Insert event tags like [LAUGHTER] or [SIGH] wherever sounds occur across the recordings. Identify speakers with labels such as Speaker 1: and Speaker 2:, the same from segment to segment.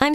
Speaker 1: I'm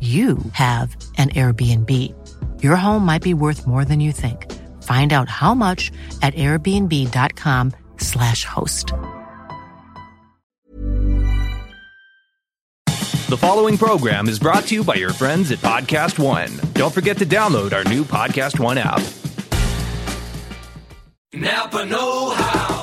Speaker 2: you have an Airbnb. Your home might be worth more than you think. Find out how much at airbnb.com/slash host.
Speaker 3: The following program is brought to you by your friends at Podcast One. Don't forget to download our new Podcast One app.
Speaker 4: Napa Know How.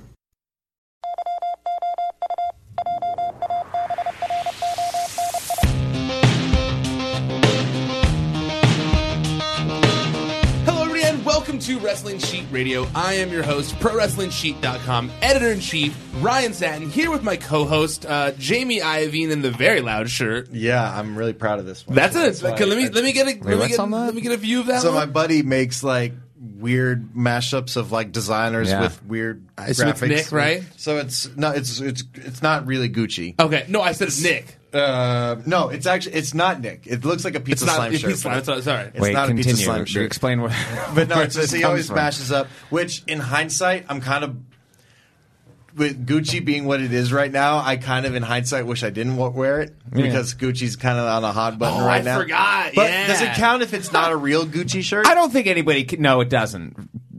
Speaker 5: Hello, everybody, and welcome to Wrestling Sheet Radio. I am your host, ProWrestlingSheet.com editor in chief, Ryan Satin, here with my co host, uh, Jamie Iovine in the very loud shirt.
Speaker 6: Yeah, I'm really proud of this one.
Speaker 5: That's it.
Speaker 6: why
Speaker 5: Okay, let me
Speaker 6: I-
Speaker 5: let me get a let me
Speaker 6: what's
Speaker 5: get,
Speaker 6: on that?
Speaker 5: let me get a view of that.
Speaker 6: so my
Speaker 5: one.
Speaker 6: buddy makes like weird mashups of like designers
Speaker 3: Yeah.
Speaker 6: with weird
Speaker 5: It's
Speaker 6: graphics,
Speaker 5: McNick, right?
Speaker 6: So it's no, it's it's it's not really Gucci.
Speaker 5: okay, no, I said it's Nick.
Speaker 6: Uh, no, it's actually it's not Nick. It looks like a pizza
Speaker 5: It's not
Speaker 6: slime
Speaker 5: it's
Speaker 6: shirt.
Speaker 5: Pizza Slime.
Speaker 6: but-
Speaker 5: Sorry, sorry.
Speaker 6: It's not a pizza slime shirt.
Speaker 3: Explain what. [LAUGHS]
Speaker 6: But [LAUGHS] no,
Speaker 5: [LAUGHS]
Speaker 6: it's just,
Speaker 3: it
Speaker 6: he
Speaker 3: comes
Speaker 6: always
Speaker 3: from.
Speaker 6: mashes up. Which in hindsight, I'm kind of with Gucci being what it is right now. I kind of in hindsight wish I didn't wa- wear it because Gucci's kind of on a hot button
Speaker 5: Oh,
Speaker 6: right
Speaker 5: I
Speaker 6: now.
Speaker 5: forgot,
Speaker 6: But
Speaker 5: yeah.
Speaker 6: does it count if it's not a real Gucci shirt?
Speaker 3: I don't think anybody. Can, no, it doesn't.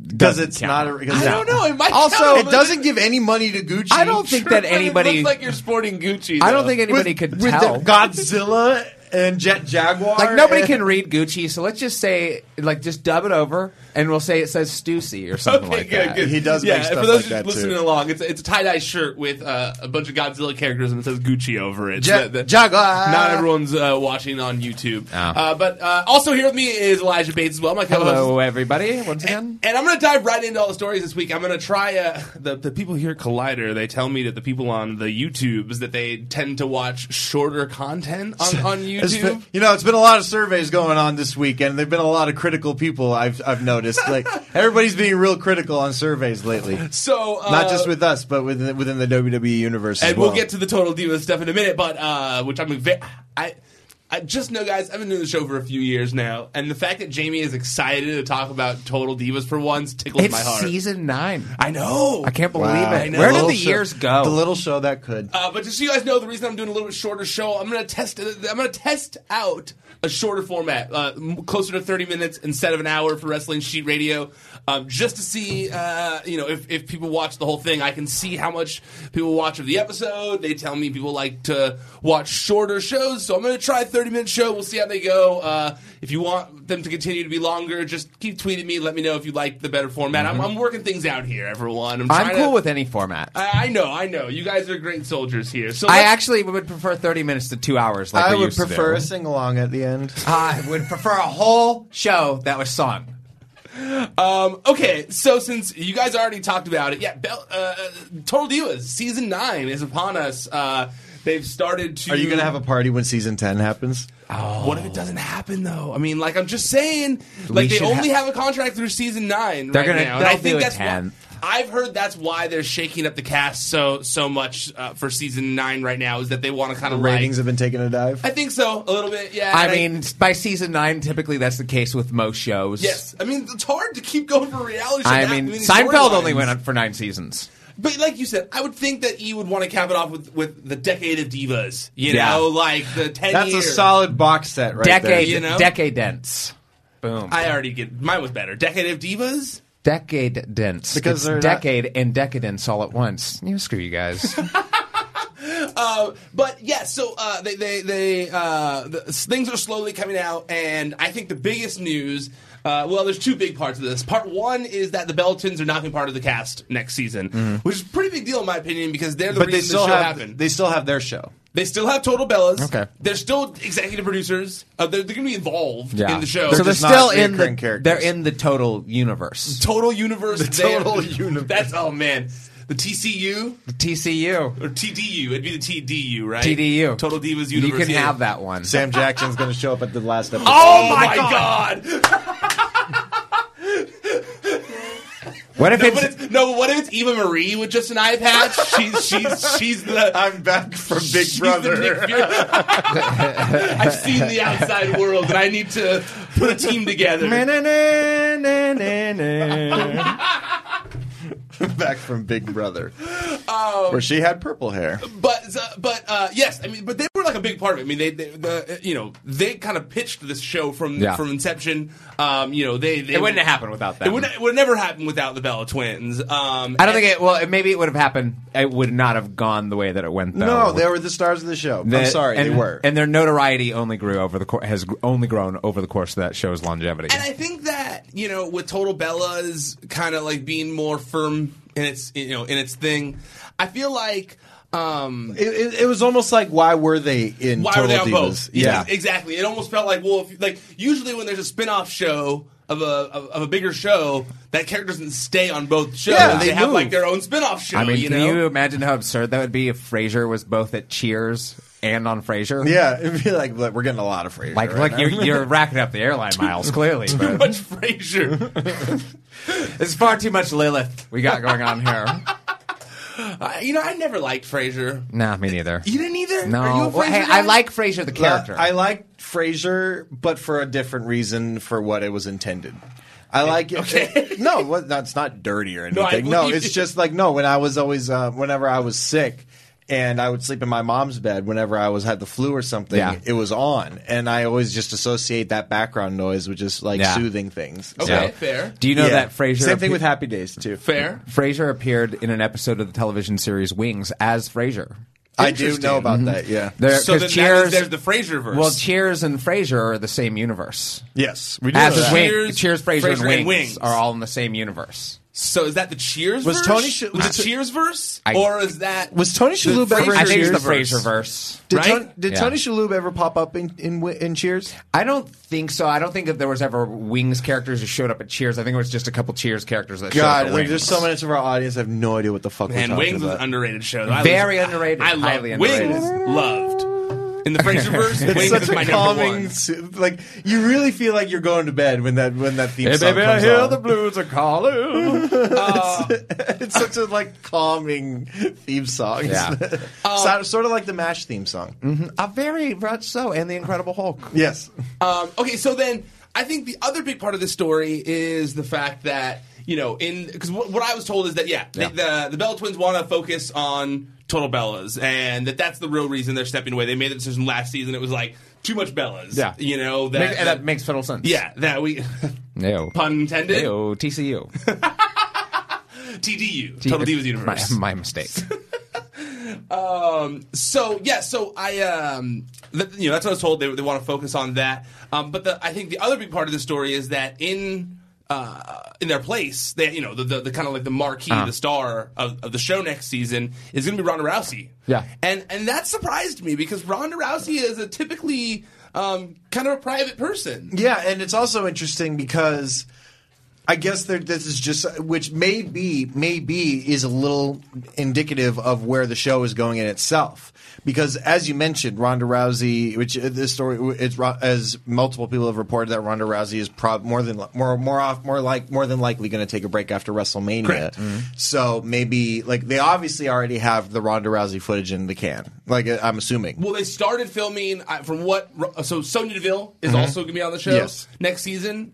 Speaker 6: because it's not a.
Speaker 5: I
Speaker 6: Because
Speaker 5: don't know. It might
Speaker 3: Also,
Speaker 5: count.
Speaker 6: It doesn't give any money to Gucci.
Speaker 3: I don't think that
Speaker 5: But it
Speaker 3: anybody.
Speaker 5: looks like you're sporting Gucci.
Speaker 3: I
Speaker 5: though.
Speaker 3: don't think anybody
Speaker 6: With-
Speaker 3: could
Speaker 6: with
Speaker 3: tell.
Speaker 6: the Godzilla and Jet Jaguar.
Speaker 3: like nobody
Speaker 6: and- [LAUGHS]
Speaker 3: can read Gucci, so let's just say, like, just dub it over, and we'll say it says Stussy or something like that.
Speaker 6: He does
Speaker 5: yeah,
Speaker 6: make stuff
Speaker 5: for those
Speaker 6: like that,
Speaker 5: listening
Speaker 6: too.
Speaker 5: along, it's, it's a tie dye shirt with uh, a bunch of Godzilla characters and it says Gucci over it.
Speaker 6: Ja- Jaguar. Oh.
Speaker 5: Not everyone's uh, watching on YouTube. Uh, but uh, also here with me is Elijah Bates as well, my co-host.
Speaker 3: Hello, everybody, once again.
Speaker 5: And I'm going to dive right into all the stories this week. I'm going to try uh, the the people here at Collider. They tell me that the people on the YouTubes that they tend to watch shorter content on, on YouTube.
Speaker 7: It's
Speaker 5: YouTube.
Speaker 7: been- you know, it's been a lot of surveys going on this weekend. There've been a lot of critical people. I've I've noticed. Like everybody's being real critical on surveys lately.
Speaker 5: So uh,
Speaker 7: Not just with us, but within within the WWE universe.
Speaker 5: and
Speaker 7: as well.
Speaker 5: we'll get to the total diva stuff in a minute. But uh, which I'm ve- I I just know, guys. I've been doing the show for a few years now, and the fact that Jamie is excited to talk about total divas for once tickles
Speaker 3: It's
Speaker 5: my heart.
Speaker 3: season nine.
Speaker 5: I know.
Speaker 3: I can't believe
Speaker 7: Wow.
Speaker 3: it.
Speaker 5: know.
Speaker 3: Where did
Speaker 7: Little
Speaker 3: the
Speaker 7: show-
Speaker 3: years go?
Speaker 7: The little show that could.
Speaker 5: Uh, but just so you guys know, the reason I'm doing a little bit shorter show, I'm gonna test. I'm gonna test out a shorter format, uh, m- closer to 30 minutes instead of an hour for Wrestling Sheet Radio, um, just to see, uh, you know, if, if people watch the whole thing. I can see how much people watch of the episode. They tell me people like to watch shorter shows, so I'm gonna try a 30 minute show. We'll see how they go. Uh, if you want them to continue to be longer, just keep tweeting me. Let me know if you like the better format.
Speaker 7: Mm-hmm.
Speaker 5: I'm, I'm working things out here, everyone. I'm,
Speaker 3: I'm
Speaker 5: trying
Speaker 3: cool
Speaker 5: to,
Speaker 3: with any format. I,
Speaker 5: I I know, I know. You guys are great soldiers here. So let's-
Speaker 3: actually would prefer 30 minutes to two hours. Like
Speaker 7: I
Speaker 3: we
Speaker 7: would
Speaker 3: used to
Speaker 7: prefer
Speaker 3: do.
Speaker 7: a sing along at the end.
Speaker 3: I would prefer a whole show that was sung.
Speaker 5: Um, okay, so since you guys already talked about it, yeah, Bel- uh, Total Divas season nine is upon us. Uh, they've started to.
Speaker 7: Are you going to have a party when season 10 happens?
Speaker 5: What if it doesn't happen though? I mean, like I'm just saying, like they
Speaker 3: should
Speaker 5: only
Speaker 3: ha-
Speaker 5: have a contract through season nine.
Speaker 3: They're
Speaker 5: right
Speaker 3: gonna-
Speaker 5: now, and
Speaker 3: they'll
Speaker 5: I think
Speaker 3: do a
Speaker 5: that's why-
Speaker 3: 10.
Speaker 5: I've heard that's why they're shaking up the cast so so much uh, for season nine right now is that they want to kind
Speaker 7: The
Speaker 5: of
Speaker 7: ratings have been taking a dive.
Speaker 5: I think so a little bit. Yeah,
Speaker 3: I
Speaker 5: and
Speaker 3: mean, by season nine, typically that's the case with most shows.
Speaker 5: Yes, I mean it's hard to keep going for reality. show
Speaker 3: I
Speaker 5: that
Speaker 3: mean,
Speaker 5: many
Speaker 3: Seinfeld only
Speaker 5: storylines.
Speaker 3: went on for nine seasons.
Speaker 5: But like you said, I would think that you would want to cap it off with, with the decade of divas. You
Speaker 3: Yeah.
Speaker 5: know, like the ten.
Speaker 7: That's a
Speaker 5: years.
Speaker 7: solid box set right there.
Speaker 3: decade,
Speaker 5: you know?
Speaker 3: decade dense. Boom.
Speaker 5: I already get mine was better. Decade of divas.
Speaker 3: decade dense. Because
Speaker 7: Because they're not-
Speaker 3: decade and decadence all at once. You know, screw you
Speaker 7: [LAUGHS]
Speaker 3: guys.
Speaker 5: But yeah, so uh, they they they uh, the, things are slowly coming out, and I think the biggest news. Uh, well, there's two big parts of this. Part one is that the Beltons are not being part of the cast next season, which is a pretty big deal in my opinion because they're
Speaker 7: Mm-hmm.
Speaker 5: the
Speaker 7: But
Speaker 5: reason
Speaker 7: they still,
Speaker 5: the show
Speaker 7: have,
Speaker 5: happened.
Speaker 7: they still have their show.
Speaker 5: They still have Total Bellas.
Speaker 3: Okay.
Speaker 5: They're still executive producers. Uh, they're they're going to be involved in the show.
Speaker 3: So
Speaker 7: They're
Speaker 3: they're
Speaker 7: just
Speaker 3: still
Speaker 7: not
Speaker 3: in the
Speaker 7: reoccurring characters.
Speaker 3: they're in the total universe.
Speaker 5: Total Universe. they- [LAUGHS]
Speaker 7: Total Universe.
Speaker 5: That's oh man, the TCU
Speaker 3: TCU,
Speaker 5: or TDU. It'd be the TDU, right?
Speaker 3: TDU,
Speaker 5: Total Divas Universe.
Speaker 3: You can
Speaker 5: yeah.
Speaker 3: have that one.
Speaker 7: Sam Jackson's going to show up at the
Speaker 5: [LAUGHS]
Speaker 7: last episode.
Speaker 5: Oh, my god!
Speaker 3: What if
Speaker 5: No, but
Speaker 3: it's
Speaker 5: it's, no, but what if it's Eva Marie with just an eye patch? She's she's she's the
Speaker 7: I'm back from Big
Speaker 5: she's the Nick
Speaker 7: Brother.
Speaker 5: Fury. I've seen the outside world, and I need to put a team
Speaker 7: [LAUGHS]
Speaker 5: together.
Speaker 7: back from Big Brother. where she had purple hair.
Speaker 5: But uh, but uh, yes, I mean, but they were like a big part of it. I mean, they, they the you know they kind of pitched this show from
Speaker 3: Yeah.
Speaker 5: from inception. Um, you know, they, they
Speaker 3: It wouldn't have happened without them.
Speaker 5: It would it would never happen without the Bella Twins. Um,
Speaker 3: I don't think it. Well, it- maybe it would have happened. It would not have gone the way that it went. Though.
Speaker 7: No, they were the stars of the show. I'm
Speaker 3: That-
Speaker 7: sorry,
Speaker 3: and,
Speaker 7: they were.
Speaker 3: And their notoriety only grew over the cour has gr- only grown over the course of that show's longevity.
Speaker 5: And I think that you know, with Total Bella's kind of like being more firm in its you know in its thing, I feel like. Um,
Speaker 7: it, it, it was almost like why were they in
Speaker 5: why
Speaker 7: Total
Speaker 5: were they on
Speaker 7: Divas?
Speaker 5: both?
Speaker 7: Yeah.
Speaker 5: exactly. It almost felt like well, if, like usually when there's a spin-off show of a of, of a bigger show, that character doesn't stay on both shows.
Speaker 7: Yeah,
Speaker 5: they,
Speaker 7: they
Speaker 5: have
Speaker 7: move.
Speaker 5: like their own spin-off show.
Speaker 3: I mean,
Speaker 5: you
Speaker 3: can
Speaker 5: know?
Speaker 7: Oh.
Speaker 3: you
Speaker 5: [LAUGHS]
Speaker 3: imagine how absurd that would be if Frasier was both at Cheers and on Frasier?
Speaker 7: Yeah, it'd be like, look, we're getting a lot of Frasier.
Speaker 3: Like,
Speaker 7: right
Speaker 3: look,
Speaker 7: now.
Speaker 3: you're,
Speaker 7: [LAUGHS]
Speaker 3: you're racking up the airline miles, clearly.
Speaker 5: Too
Speaker 3: But
Speaker 5: much Frasier.
Speaker 3: it's far too much Lilith we got going on here.
Speaker 5: I- you know, I never liked Frasier.
Speaker 3: nah, me neither.
Speaker 5: You didn't either.
Speaker 3: No,
Speaker 5: Are you a
Speaker 3: Well,
Speaker 5: Frasier
Speaker 3: hey,
Speaker 5: guy?
Speaker 3: I like Frasier the character.
Speaker 7: I like Frasier, but for a different reason for what it was intended. I like it.
Speaker 5: Okay.
Speaker 7: [LAUGHS] no, what, that's not dirty or
Speaker 5: No, I
Speaker 7: anything. No,
Speaker 5: believe
Speaker 7: it's
Speaker 5: you.
Speaker 7: just like no. When I was always, uh, whenever I was sick, and I would sleep in my mom's bed whenever I was had the flu or something.
Speaker 3: Yeah.
Speaker 7: It was on, and I always just associate that background noise with just like
Speaker 3: Yeah.
Speaker 7: soothing things.
Speaker 5: Okay,
Speaker 7: So-
Speaker 5: fair,
Speaker 3: Do you know
Speaker 7: Yeah.
Speaker 3: that Frasier?
Speaker 7: Same thing
Speaker 3: appe-
Speaker 7: with Happy Days too.
Speaker 5: fair.
Speaker 3: Frasier appeared in an episode of the television series Wings as Frasier. Mm-hmm.
Speaker 7: I do know about that. Yeah.
Speaker 3: There,
Speaker 5: So
Speaker 3: 'cause
Speaker 5: then that
Speaker 3: Cheers,
Speaker 5: means there's the Frasier verse.
Speaker 3: Well, Cheers and Frasier are the same universe.
Speaker 7: yes, we do.
Speaker 3: As
Speaker 7: know
Speaker 3: is
Speaker 7: that.
Speaker 3: Wings.
Speaker 5: Cheers,
Speaker 3: Cheers, Frasier,
Speaker 5: Frasier and
Speaker 3: and, Wings
Speaker 5: Wings.
Speaker 3: are all in the same universe.
Speaker 5: So is that the Cheers?
Speaker 7: Was
Speaker 5: verse?
Speaker 7: Tony Sh-
Speaker 5: was
Speaker 7: was
Speaker 5: it
Speaker 7: it-
Speaker 5: Cheers verse,
Speaker 3: I-
Speaker 5: or is that
Speaker 7: Was Tony
Speaker 5: the
Speaker 7: Shalhoub ever in
Speaker 3: I
Speaker 5: Frasier
Speaker 3: think it's the
Speaker 5: verse?
Speaker 3: Frasier verse.
Speaker 7: Did,
Speaker 5: Right?
Speaker 7: Tony, did
Speaker 3: Yeah.
Speaker 7: Tony Shalhoub ever pop up in in, Wi- in Cheers?
Speaker 3: I don't think so. I don't think that there was ever Wings characters who showed up at Cheers. I think it was just a couple Cheers characters that showed up
Speaker 7: God,
Speaker 3: at
Speaker 7: like,
Speaker 3: Wings.
Speaker 7: there's so much of our audience have no idea what the fuck we're
Speaker 5: And
Speaker 7: talking
Speaker 5: Wings was
Speaker 7: about. [LAUGHS]
Speaker 5: an underrated show. though. I
Speaker 3: Very
Speaker 5: was-
Speaker 3: underrated,
Speaker 5: I
Speaker 8: [LAUGHS]
Speaker 5: loved
Speaker 3: highly underrated.
Speaker 5: Wings. Loved. In the
Speaker 7: [LAUGHS]
Speaker 5: Fraserverse,
Speaker 7: it's
Speaker 5: Wings
Speaker 7: such
Speaker 5: is
Speaker 7: a
Speaker 5: my number
Speaker 7: calming.
Speaker 5: one.
Speaker 7: s- Like you really feel like you're going to bed when that when that theme
Speaker 3: Hey,
Speaker 7: song
Speaker 3: baby, I
Speaker 7: comes
Speaker 3: hear
Speaker 7: on.
Speaker 3: the blues are calling.
Speaker 5: Uh,
Speaker 7: it's [LAUGHS] such a like calming theme song.
Speaker 3: Yeah.
Speaker 7: isn't it?
Speaker 5: um,
Speaker 7: So- sort of like the Mash theme song.
Speaker 3: Uh, very much so, and the Incredible Hulk.
Speaker 7: Yes.
Speaker 5: Um, okay, so then I think the other big part of this story is the fact that you know in because wh- what I was told is that yeah, they- the the Bella twins want to focus on total Bellas and that that's the real reason they're stepping away. They made the decision last season. It was like too much Bellas.
Speaker 3: Yeah.
Speaker 5: you know that.
Speaker 3: Makes- and that makes total sense.
Speaker 5: yeah, that we [LAUGHS]
Speaker 3: No.
Speaker 5: pun intended.
Speaker 3: Ew, TCU.
Speaker 5: TDU, Total Divas Universe.
Speaker 3: My, my mistake.
Speaker 7: [LAUGHS]
Speaker 5: Um, so yeah, so I um, th- you know that's what I was told. They, they want to focus on that. Um, but the, I think the other big part of the story is that in uh, in their place, they you know the, the, the kind of like the marquee, the star of, of the show next season is going to be Ronda Rousey.
Speaker 3: Yeah.
Speaker 5: and and that surprised me because Ronda Rousey is a typically um, kind of a private person.
Speaker 7: Yeah, and it's also interesting because I guess there, this is just which maybe maybe is a little indicative of where the show is going in itself. Because as you mentioned, Ronda Rousey, which uh, this story, it's Ro- as multiple people have reported that Ronda Rousey is prob- more than li- more more off more like more than likely going to take a break after WrestleMania. Mm-hmm. So maybe like they obviously already have the Ronda Rousey footage in the can. Like uh, I'm assuming.
Speaker 5: Well, they started filming I- from what. So Sonya Deville is also going to be on the show
Speaker 7: Yes.
Speaker 5: next season,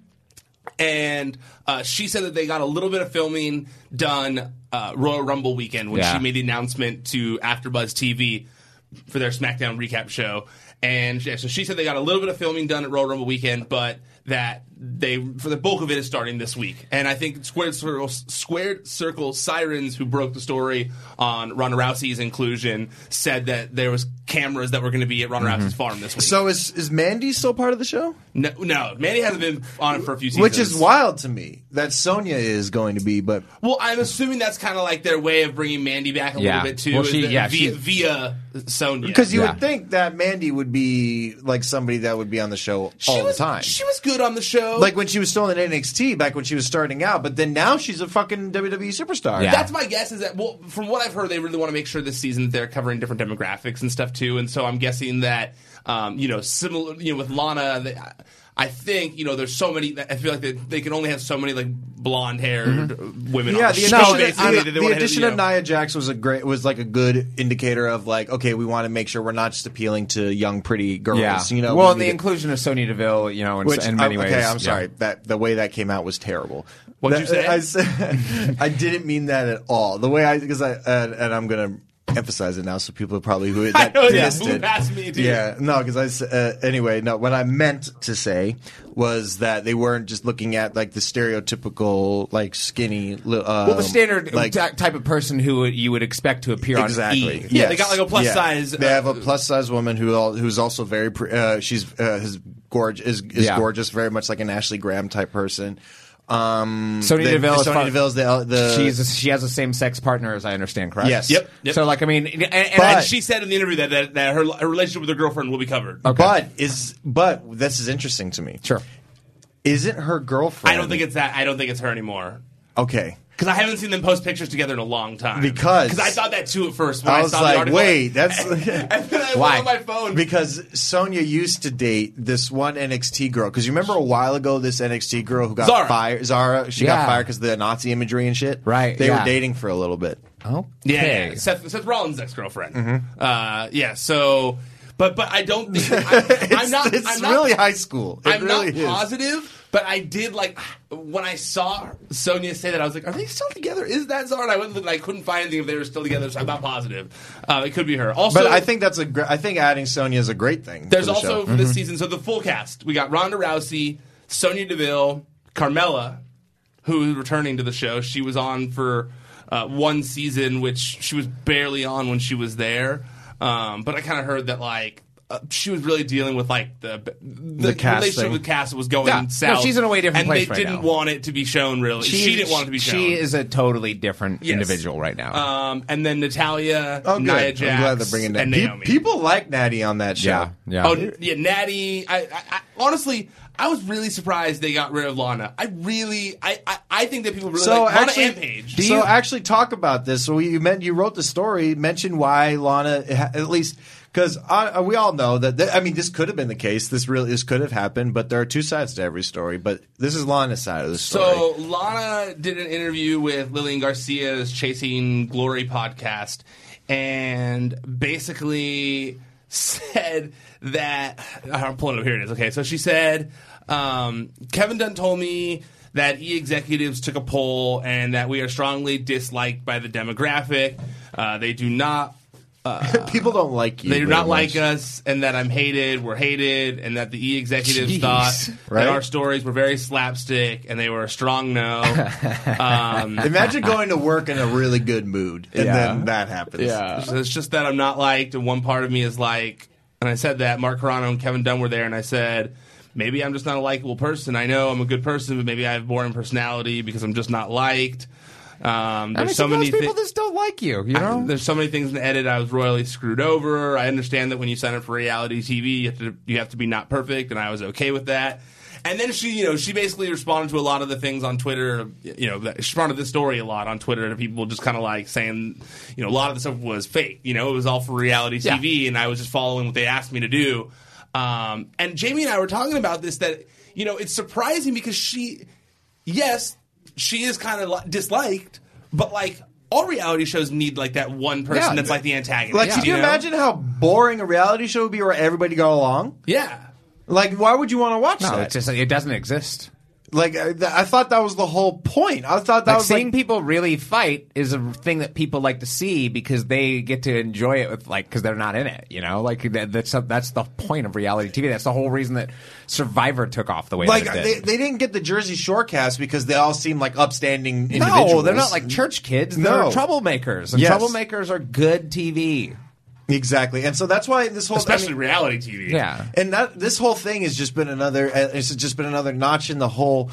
Speaker 5: and uh, she said that they got a little bit of filming done uh, Royal Rumble weekend when
Speaker 3: Yeah.
Speaker 5: she made the announcement to AfterBuzz TV for their SmackDown recap show. And yeah, so she said they got a little bit of filming done at Royal Rumble weekend, but that they for the bulk of it is starting this week. And I think Squared Circle, Squared Circle Sirens, who broke the story on Ronda Rousey's inclusion, said that there was cameras that were going to be at Ronda Rousey's farm this week.
Speaker 7: Mm-hmm. so is is Mandy still part of the show?
Speaker 5: no, no, Manny hasn't been on it for a few seasons,
Speaker 7: Which is wild to me that Sonya is going to be, but
Speaker 5: Well, I'm assuming that's kind of like their way of bringing Mandy back a
Speaker 3: Yeah.
Speaker 5: little bit too,
Speaker 3: Well,
Speaker 5: is
Speaker 3: she-
Speaker 5: that
Speaker 3: yeah,
Speaker 5: via,
Speaker 3: she-
Speaker 5: via Sonya.
Speaker 7: because you
Speaker 3: Yeah.
Speaker 7: would think that Mandy would be like somebody that would be on the show
Speaker 5: she
Speaker 7: all
Speaker 5: was,
Speaker 7: the time.
Speaker 5: she was good on the show.
Speaker 7: like when she was still in NXT back when she was starting out, but then now she's a fucking WWE superstar.
Speaker 3: Yeah.
Speaker 5: That's my guess is that well, from what I've heard, they really want to make sure this season that they're covering different demographics and stuff too. And so I'm guessing that um, you know similar you know with Lana, they, I- I think you know there's so many. I feel like they, they can only have so many like blonde haired women.
Speaker 7: Mm-hmm. Yeah, the
Speaker 5: on the,
Speaker 7: addition,
Speaker 5: show,
Speaker 7: of,
Speaker 5: basically,
Speaker 7: the-
Speaker 5: that they
Speaker 7: the
Speaker 5: wanna have,
Speaker 7: addition
Speaker 5: you
Speaker 7: of
Speaker 5: know.
Speaker 7: Nia Jax was a great was like a good indicator of like okay, we want to make sure we're not just appealing to young pretty girls.
Speaker 3: yeah.
Speaker 7: You know,
Speaker 3: well,
Speaker 7: we
Speaker 3: and the
Speaker 7: need-
Speaker 3: inclusion of Sonya Deville, you know, in,
Speaker 7: Which,
Speaker 3: in
Speaker 5: Oh,
Speaker 3: many
Speaker 7: uh,
Speaker 3: ways.
Speaker 7: Okay, I'm
Speaker 3: yeah.
Speaker 7: sorry. That the way that came out was terrible.
Speaker 5: What'd you
Speaker 7: That- [LAUGHS]
Speaker 5: say?
Speaker 7: I said- I didn't mean that at all. The way I because I and, and I'm gonna emphasize it now, so people
Speaker 3: [LAUGHS]
Speaker 7: probably who
Speaker 5: I
Speaker 7: that
Speaker 5: know, yeah,
Speaker 7: missed
Speaker 5: blew
Speaker 7: it.
Speaker 5: past me, dude.
Speaker 7: Yeah, no, because I s- uh, anyway, no. What I meant to say was that they weren't just looking at like the stereotypical like skinny. li- Um,
Speaker 3: Well, the standard
Speaker 7: like
Speaker 3: ty- type of person who would- you would expect to appear on E.
Speaker 7: exactly.
Speaker 5: Yeah, they got, like, a plus size,
Speaker 7: They
Speaker 5: uh,
Speaker 7: have a plus size woman who al- who's also very. Pre- uh, she's uh, is gorgeous. Is, is
Speaker 3: Yeah.
Speaker 7: gorgeous. Very much like an Ashley Graham type person. Um,
Speaker 3: Sonya
Speaker 7: they-
Speaker 3: Deville. is
Speaker 7: Sonya
Speaker 3: far-
Speaker 7: Deville's the, the
Speaker 3: she's she has the same sex partner as I understand, correct?
Speaker 7: Yes.
Speaker 5: Yep, yep.
Speaker 3: So like, I mean, and, and
Speaker 7: But-
Speaker 5: And she said in the interview that that, that her, her relationship with her girlfriend will be covered.
Speaker 7: But is but this is interesting to me.
Speaker 3: sure.
Speaker 7: Isn't her girlfriend?
Speaker 5: I don't think it's that. I don't think it's her anymore.
Speaker 7: okay.
Speaker 5: Because I haven't seen them post pictures together in a long time.
Speaker 7: Because-
Speaker 5: I thought that too at first. When I,
Speaker 7: I was
Speaker 5: saw the
Speaker 7: like,
Speaker 5: article.
Speaker 7: wait, that's
Speaker 5: [LAUGHS] And then I
Speaker 3: Why?
Speaker 5: went on my phone.
Speaker 7: because Sonya used to date this one NXT girl. Because you remember a while ago, this NXT girl who got
Speaker 5: Zara.
Speaker 7: fired, Zara, she
Speaker 3: Yeah.
Speaker 7: got fired because of the Nazi imagery and shit.
Speaker 3: Right,
Speaker 7: They
Speaker 3: yeah.
Speaker 7: were dating for a little bit.
Speaker 3: Oh,
Speaker 5: Yeah, yeah. Seth, Seth Rollins' ex girlfriend.
Speaker 7: Mm-hmm.
Speaker 5: Uh, yeah, so, but but I don't
Speaker 7: [LAUGHS]
Speaker 5: think I, am not.
Speaker 7: It's
Speaker 5: I'm not-
Speaker 7: really high school. It
Speaker 5: I'm
Speaker 7: really
Speaker 5: not
Speaker 7: is.
Speaker 5: positive, but I did like when I saw Sonia say that. I was like, "Are they still together? Is that Zara?" And I went and looked, and I couldn't find anything if they were still together. So I'm not positive. Uh, it could be her. Also,
Speaker 7: But I think that's a. Gr- I think adding Sonya is a great thing.
Speaker 5: There's
Speaker 7: for the
Speaker 5: also
Speaker 7: show.
Speaker 5: for
Speaker 3: Mm-hmm.
Speaker 5: this season. So the full cast. We got Ronda Rousey, Sonya Deville, Carmella, who is returning to the show. She was on for uh, one season, which she was barely on when she was there. Um, but I kind of heard that like. Uh, she was really dealing with like the the,
Speaker 7: cast
Speaker 5: relationship
Speaker 7: thing.
Speaker 5: with Cass was going
Speaker 3: Yeah. No,
Speaker 5: south.
Speaker 3: she's in a way different
Speaker 5: and
Speaker 3: place
Speaker 5: they
Speaker 3: right
Speaker 5: didn't
Speaker 3: now.
Speaker 5: want it to be shown. Really, she didn't want it to be shown.
Speaker 3: She is a totally different
Speaker 5: Yes.
Speaker 3: individual right now.
Speaker 5: Um, and then Natalia,
Speaker 7: Oh, good.
Speaker 5: Nia
Speaker 7: I'm glad
Speaker 5: Jax,
Speaker 7: they're bringing that.
Speaker 5: and
Speaker 7: Pe-
Speaker 5: Naomi.
Speaker 7: people like Natty on that show.
Speaker 3: yeah, yeah.
Speaker 5: Oh, yeah, Natty. I, I, I, honestly, I was really surprised they got rid of Lana. I really, I, I, I think that people really
Speaker 7: so
Speaker 5: like
Speaker 7: actually,
Speaker 5: Lana and Paige.
Speaker 7: so actually talk about this. So you meant you wrote the story, mentioned why Lana ha- at least because we all know that. th- I mean, this could have been the case. This really this could have happened, but there are two sides to every story. But this is Lana's side of the story.
Speaker 5: So Lana did an interview with Lillian Garcia's Chasing Glory podcast, and basically said that uh, I'm pulling it up. Here it is. Okay, so she said um, Kevin Dunn told me that e executives took a poll and that we are strongly disliked by the demographic. Uh, they do not. Uh,
Speaker 7: [LAUGHS] People don't like you.
Speaker 5: They do
Speaker 7: very
Speaker 5: not like
Speaker 7: much.
Speaker 5: us, and that I'm hated. We're hated, and that the E executives
Speaker 7: Jeez.
Speaker 5: thought
Speaker 7: Right?
Speaker 5: that our stories were very slapstick, and they were a
Speaker 7: [LAUGHS]
Speaker 5: strong no. um,
Speaker 7: Imagine going to work in a really good mood, and then that happens.
Speaker 5: It's, it's just that I'm not liked, and one part of me is like, and I said that Mark Carano and Kevin Dunn were there, and I said. Maybe I'm just not a likable person. I know I'm a good person, but maybe I have boring personality because I'm just not liked. Um,
Speaker 3: I
Speaker 5: there's
Speaker 3: mean,
Speaker 5: so many
Speaker 3: people
Speaker 5: thi-
Speaker 3: just don't like you. You
Speaker 5: I-
Speaker 3: know,
Speaker 5: there's so many things in the edit I was royally screwed over. I understand that when you sign up for reality TV, you have to you have to be not perfect, and I was okay with that. And then she, you know, she basically responded to a lot of the things on Twitter. You know, that, she responded to this story a lot on Twitter to people just kind of like saying, you know, a lot of the stuff was fake. You know, it was all for reality TV, and I was just following what they asked me to do. Um, and Jamie and I were talking about this that you know it's surprising because she yes, she is kind of li- disliked, but like all reality shows need like that one person
Speaker 7: Yeah.
Speaker 5: that's like the antagonist.
Speaker 7: Like, could you,
Speaker 5: know?
Speaker 7: imagine how boring a reality show would be where everybody got along?
Speaker 5: Yeah.
Speaker 7: Like, why would you want to watch
Speaker 3: no,
Speaker 7: that?
Speaker 3: it's just it doesn't exist.
Speaker 7: like, I, th- I thought that was the whole point. I thought that
Speaker 3: Like
Speaker 7: was
Speaker 3: seeing
Speaker 7: like,
Speaker 3: people really fight is a thing that people like to see because they get to enjoy it with like because they're not in it. You know, like that, that's that's the point of reality TV. That's the whole reason that Survivor took off the way
Speaker 7: like uh,
Speaker 3: that it did.
Speaker 7: they, they didn't get the Jersey Shore cast because they all seem like upstanding individuals.
Speaker 3: No, they're not like church kids. They're
Speaker 7: No.
Speaker 3: troublemakers, and
Speaker 7: Yes.
Speaker 3: troublemakers are good TV.
Speaker 7: exactly. And so that's why this whole I
Speaker 5: Especially
Speaker 7: mean-
Speaker 5: reality TV.
Speaker 3: Yeah,
Speaker 7: And that this whole thing has just been another. uh, It's just been another notch in the whole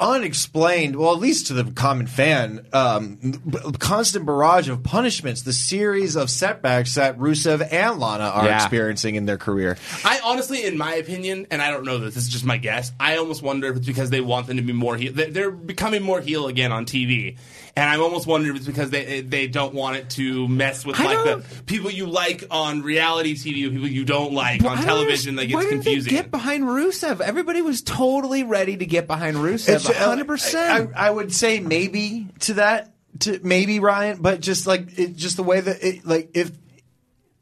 Speaker 7: unexplained. Well, at least to the common fan, um, b- constant barrage of punishments. The series of setbacks that Rusev and Lana are
Speaker 3: Yeah.
Speaker 7: experiencing in their career.
Speaker 5: I honestly, in my opinion, and I don't know this. This is just my guess. I almost wonder if it's because they want them to be more heel. they- They're becoming more heel again on TV, and I almost wonder if it's because they eh, they don't want it to mess with
Speaker 3: I
Speaker 5: like the
Speaker 3: don't-
Speaker 5: people you like on reality TV, people you don't like
Speaker 3: But I
Speaker 5: on
Speaker 3: don't
Speaker 5: television. That
Speaker 3: understand-
Speaker 5: gets
Speaker 3: why didn't
Speaker 5: confusing.
Speaker 3: They get behind Rusev. Everybody was totally ready to get behind Rusev.
Speaker 7: It's- uh,
Speaker 3: hundred percent.
Speaker 7: I, I would say maybe to that, to maybe Ryan, but just like it, just the way that it, like if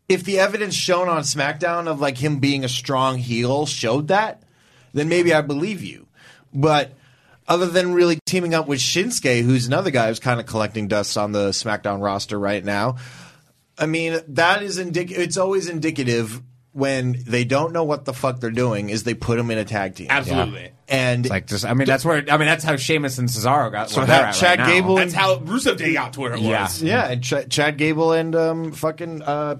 Speaker 7: if the evidence shown on SmackDown of like him being a strong heel showed that, then maybe I believe you. But other than really teaming up with Shinsuke, who's another guy who's kind of collecting dust on the SmackDown roster right now, I mean, that is indic- It's always indicative when they don't know what the fuck they're doing is they put them in a tag team.
Speaker 5: Absolutely.
Speaker 7: And
Speaker 3: It's like just, I mean, that's where I mean, that's how Sheamus and Cesaro got.
Speaker 7: So
Speaker 3: where
Speaker 7: that
Speaker 3: they're at
Speaker 7: Chad
Speaker 3: right now.
Speaker 7: Gable-
Speaker 5: That's how Rusev Day got to where it
Speaker 3: Yeah.
Speaker 5: was.
Speaker 7: Yeah, and Ch- Chad Gable and um, fucking uh,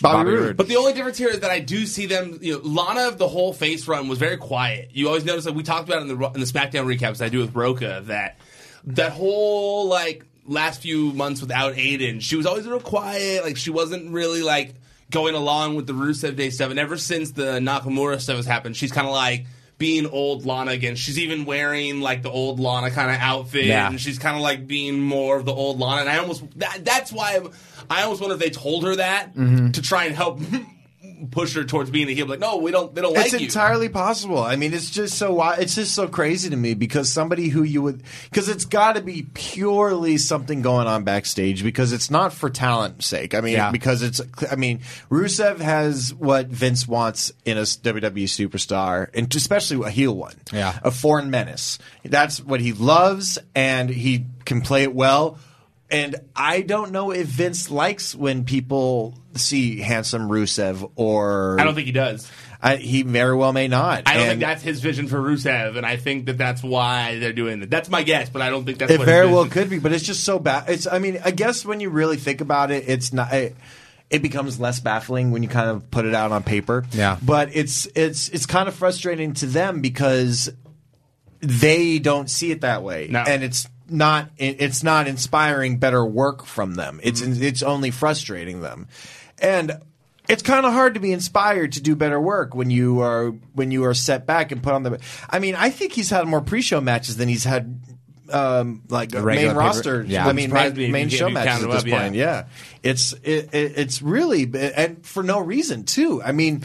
Speaker 7: Bobby,
Speaker 3: Bobby
Speaker 7: Roode.
Speaker 3: Roode.
Speaker 5: But the only difference here is that I do see them. You know, Lana of the whole face run was very quiet. You always notice that we talked about it in the in the SmackDown recaps I do with Roca that that whole like last few months without Aiden, she was always real quiet. Like she wasn't really like going along with the Rusev Day stuff. And ever since the Nakamura stuff has happened, she's kind of like being old Lana again. She's even wearing like the old Lana kind of outfit,
Speaker 3: Yeah.
Speaker 5: and she's kind of like being more of the old Lana. And I almost that, that's why I'm, I almost wonder if they told her that
Speaker 7: Mm-hmm.
Speaker 5: to try and help [LAUGHS] push her towards being a heel. Like, no, we don't. They don't
Speaker 7: It's
Speaker 5: like you.
Speaker 7: entirely possible. I mean, it's just so wi- it's just so crazy to me because somebody who you would because it's got to be purely something going on backstage because it's not for talent's sake. I mean,
Speaker 3: Yeah.
Speaker 7: because it's I mean, Rusev has what Vince wants in a WWE E superstar, and especially a heel one,
Speaker 3: Yeah.
Speaker 7: a foreign menace. That's what he loves, and he can play it well. And I don't know if Vince likes when people see handsome Rusev or
Speaker 5: I don't think he does.
Speaker 7: I, he very well may not.
Speaker 5: I don't
Speaker 7: And
Speaker 5: think that's his vision for Rusev, and I think that that's why they're doing that. That's my guess, but I don't think that's
Speaker 7: It
Speaker 5: what his
Speaker 7: very
Speaker 5: vision
Speaker 7: well
Speaker 5: is.
Speaker 7: could be, but it's just so bad. It's. I mean, I guess when you really think about it, it's not. It, it becomes less baffling when you kind of put it out on paper.
Speaker 3: Yeah.
Speaker 7: But it's it's it's kind of frustrating to them because they don't see it that way,
Speaker 5: No.
Speaker 7: and it's not it- it's not inspiring better work from them. It's it's only frustrating them, and it's kind of hard to be inspired to do better work when you are when you are set back and put on the. I mean, I think he's had more pre-show matches than he's had um, like
Speaker 3: The
Speaker 7: main
Speaker 3: regular pay-per-
Speaker 7: roster.
Speaker 3: Yeah.
Speaker 7: I mean,
Speaker 3: Surprised
Speaker 7: main,
Speaker 3: me if
Speaker 7: main
Speaker 3: you- if
Speaker 7: show
Speaker 3: you
Speaker 7: matches
Speaker 3: count
Speaker 7: at
Speaker 3: them
Speaker 7: this
Speaker 3: up,
Speaker 7: point.
Speaker 3: yeah.
Speaker 7: Yeah, it's it, it, it's really and for no reason too. I mean.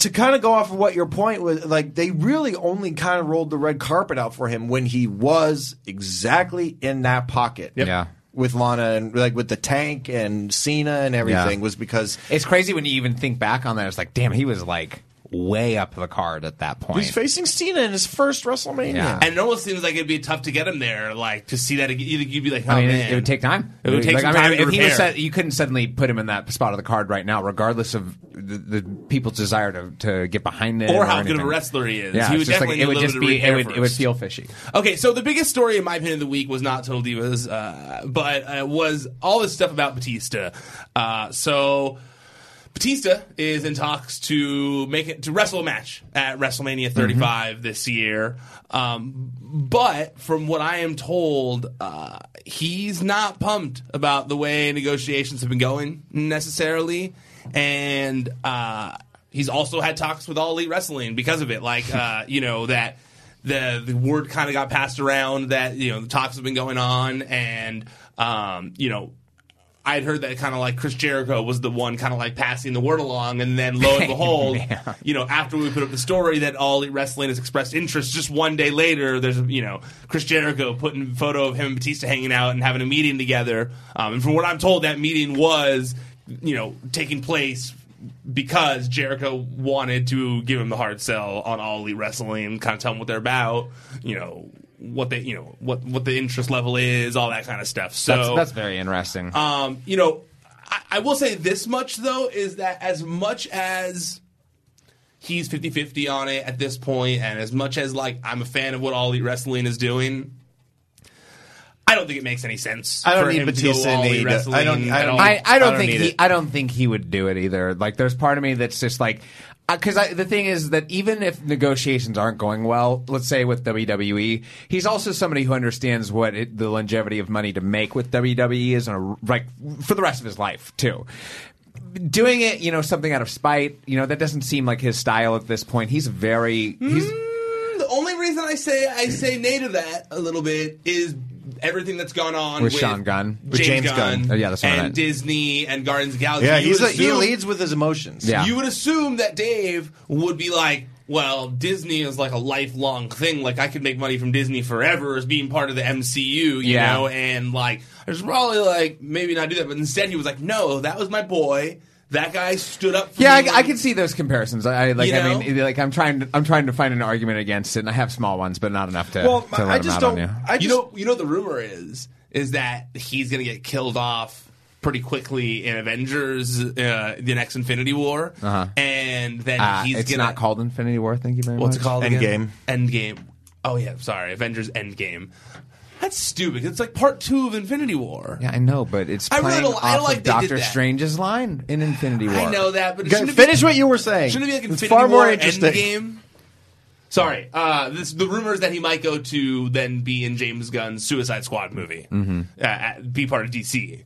Speaker 7: To kind of go off of what your point was, like they really only kind of rolled the red carpet out for him when he was exactly in that pocket.
Speaker 3: Yeah.
Speaker 7: With Lana and like with the tank and Cena and everything was because
Speaker 3: it's crazy when you even think back on that. It's like, damn, he was like way up the card at that point.
Speaker 7: He's facing Cena in his first WrestleMania.
Speaker 3: Yeah.
Speaker 5: And it almost seems like it'd be tough to get him there, like to see that again. You'd you'd be like, oh,
Speaker 3: I mean,
Speaker 5: man.
Speaker 3: it, it would take time.
Speaker 5: It would take
Speaker 3: Like,
Speaker 5: some
Speaker 3: I mean,
Speaker 5: time to
Speaker 3: if he was
Speaker 5: repair.
Speaker 3: set, you couldn't suddenly put him in that spot of the card right now, regardless of the, the people's desire to, to get behind it
Speaker 5: or how good of a
Speaker 3: anything.
Speaker 5: wrestler he is.
Speaker 3: Yeah,
Speaker 5: he
Speaker 3: it's
Speaker 5: would
Speaker 3: just like-
Speaker 5: definitely
Speaker 3: it would
Speaker 5: need a
Speaker 3: just
Speaker 5: little bit
Speaker 3: be
Speaker 5: of
Speaker 3: it
Speaker 5: repair
Speaker 3: would it would
Speaker 5: first.
Speaker 3: feel fishy.
Speaker 5: Okay, so the biggest story, in my opinion, of the week was not Total Divas, uh, but uh, was all this stuff about Batista. Uh, so Batista is in talks to make it to wrestle a match at WrestleMania 35 this year. Um, but from what I am told, uh, he's not pumped about the way negotiations have been going necessarily, and uh, he's also had talks with All Elite Wrestling because of it. Like uh, you know that the the word kind of got passed around that you know the talks have been going on, and um, you know I'd heard that kind of like Chris Jericho was the one kind of like passing the word along, and then
Speaker 3: [LAUGHS]
Speaker 5: lo and behold, you know, after we put up the story that all Elite wrestling has expressed interest, just one day later, there's you know Chris Jericho putting a photo of him and Batista hanging out and having a meeting together, um, and from what I'm told, that meeting was you know taking place because Jericho wanted to give him the hard sell on all elite wrestling, kind of tell him what they're about, you know. What they, you know, what what the interest level is, all that kind of stuff. So
Speaker 3: that's, that's very interesting.
Speaker 5: um, you know, I, I will say this much though is that as much as he's 50-50 on it at this point, and as much as like I'm a fan of what All Elite Wrestling is doing, I don't think it makes any sense.
Speaker 7: I don't
Speaker 5: for
Speaker 7: need
Speaker 5: him to
Speaker 7: Batista
Speaker 5: go All
Speaker 7: in
Speaker 5: Elite
Speaker 7: either.
Speaker 5: Wrestling
Speaker 7: I don't- I
Speaker 5: at
Speaker 7: don't
Speaker 5: all.
Speaker 3: I, I
Speaker 7: I
Speaker 3: don't
Speaker 7: don't
Speaker 3: think
Speaker 7: need
Speaker 3: he,
Speaker 7: it.
Speaker 3: I don't think he would do it either. Like, there's part of me that's just like, because I the thing is that even if negotiations aren't going well, let's say with WWE, he's also somebody who understands what it, the longevity of money to make with WWE is, and a, like for the rest of his life too. Doing it, you know, something out of spite, you know, that doesn't seem like his style at this point. He's very, he's
Speaker 5: the only reason I say I say nay to that a little bit is everything that's gone on
Speaker 3: With Sean Gunn.
Speaker 5: James,
Speaker 3: With
Speaker 7: James
Speaker 5: Gunn,
Speaker 7: Gunn.
Speaker 3: Oh, yeah, that's what I
Speaker 5: and
Speaker 3: meant.
Speaker 5: Disney and Guardians of the Galaxy.
Speaker 7: Yeah,
Speaker 5: You
Speaker 7: he's
Speaker 5: would
Speaker 7: a, he
Speaker 5: assume-
Speaker 7: leads with his emotions.
Speaker 3: Yeah.
Speaker 5: You would assume that Dave would be like, well, Disney is like a lifelong thing. Like, I could make money from Disney forever as being part of the MCU, you
Speaker 3: Yeah.
Speaker 5: know? And like, I was probably like, maybe not do that. But instead, he was like, no, that was my boy. That guy stood up for
Speaker 3: Yeah,
Speaker 5: me.
Speaker 3: I, I can see those comparisons. I I- like.
Speaker 5: You
Speaker 3: I
Speaker 5: know?
Speaker 3: mean, like I'm trying. To, I'm trying to find an argument against it, and I have small ones, but not enough to.
Speaker 7: Well,
Speaker 3: to let
Speaker 7: I
Speaker 3: them
Speaker 7: just
Speaker 3: out
Speaker 7: don't.
Speaker 3: On you.
Speaker 7: I just
Speaker 5: you know, you know, the rumor is is that he's going to get killed off pretty quickly in Avengers, uh, the next Infinity War, uh-huh. and then
Speaker 3: Uh,
Speaker 5: he's
Speaker 3: it's
Speaker 5: gonna,
Speaker 3: not called Infinity War. Thank you very
Speaker 5: What's
Speaker 3: much.
Speaker 5: it called?
Speaker 7: Endgame.
Speaker 5: Again? Endgame. Oh yeah, sorry, Avengers Endgame. That's stupid. It's like part two of Infinity War.
Speaker 3: Yeah, I know, but it's
Speaker 5: I
Speaker 3: playing
Speaker 5: really don't-
Speaker 3: off
Speaker 5: I don't like
Speaker 3: of
Speaker 5: they did
Speaker 3: Doctor
Speaker 5: that.
Speaker 3: Strange's line in Infinity War.
Speaker 5: I know that, but it
Speaker 7: Go-
Speaker 5: shouldn't it
Speaker 7: finish
Speaker 5: be,
Speaker 7: what you were saying.
Speaker 5: Shouldn't it be like
Speaker 7: It's
Speaker 5: Infinity
Speaker 7: far more
Speaker 5: War
Speaker 7: interesting.
Speaker 5: Endgame? Sorry, uh, this, the rumor is that he might go to then be in James Gunn's Suicide Squad movie, uh, at- be part of DC.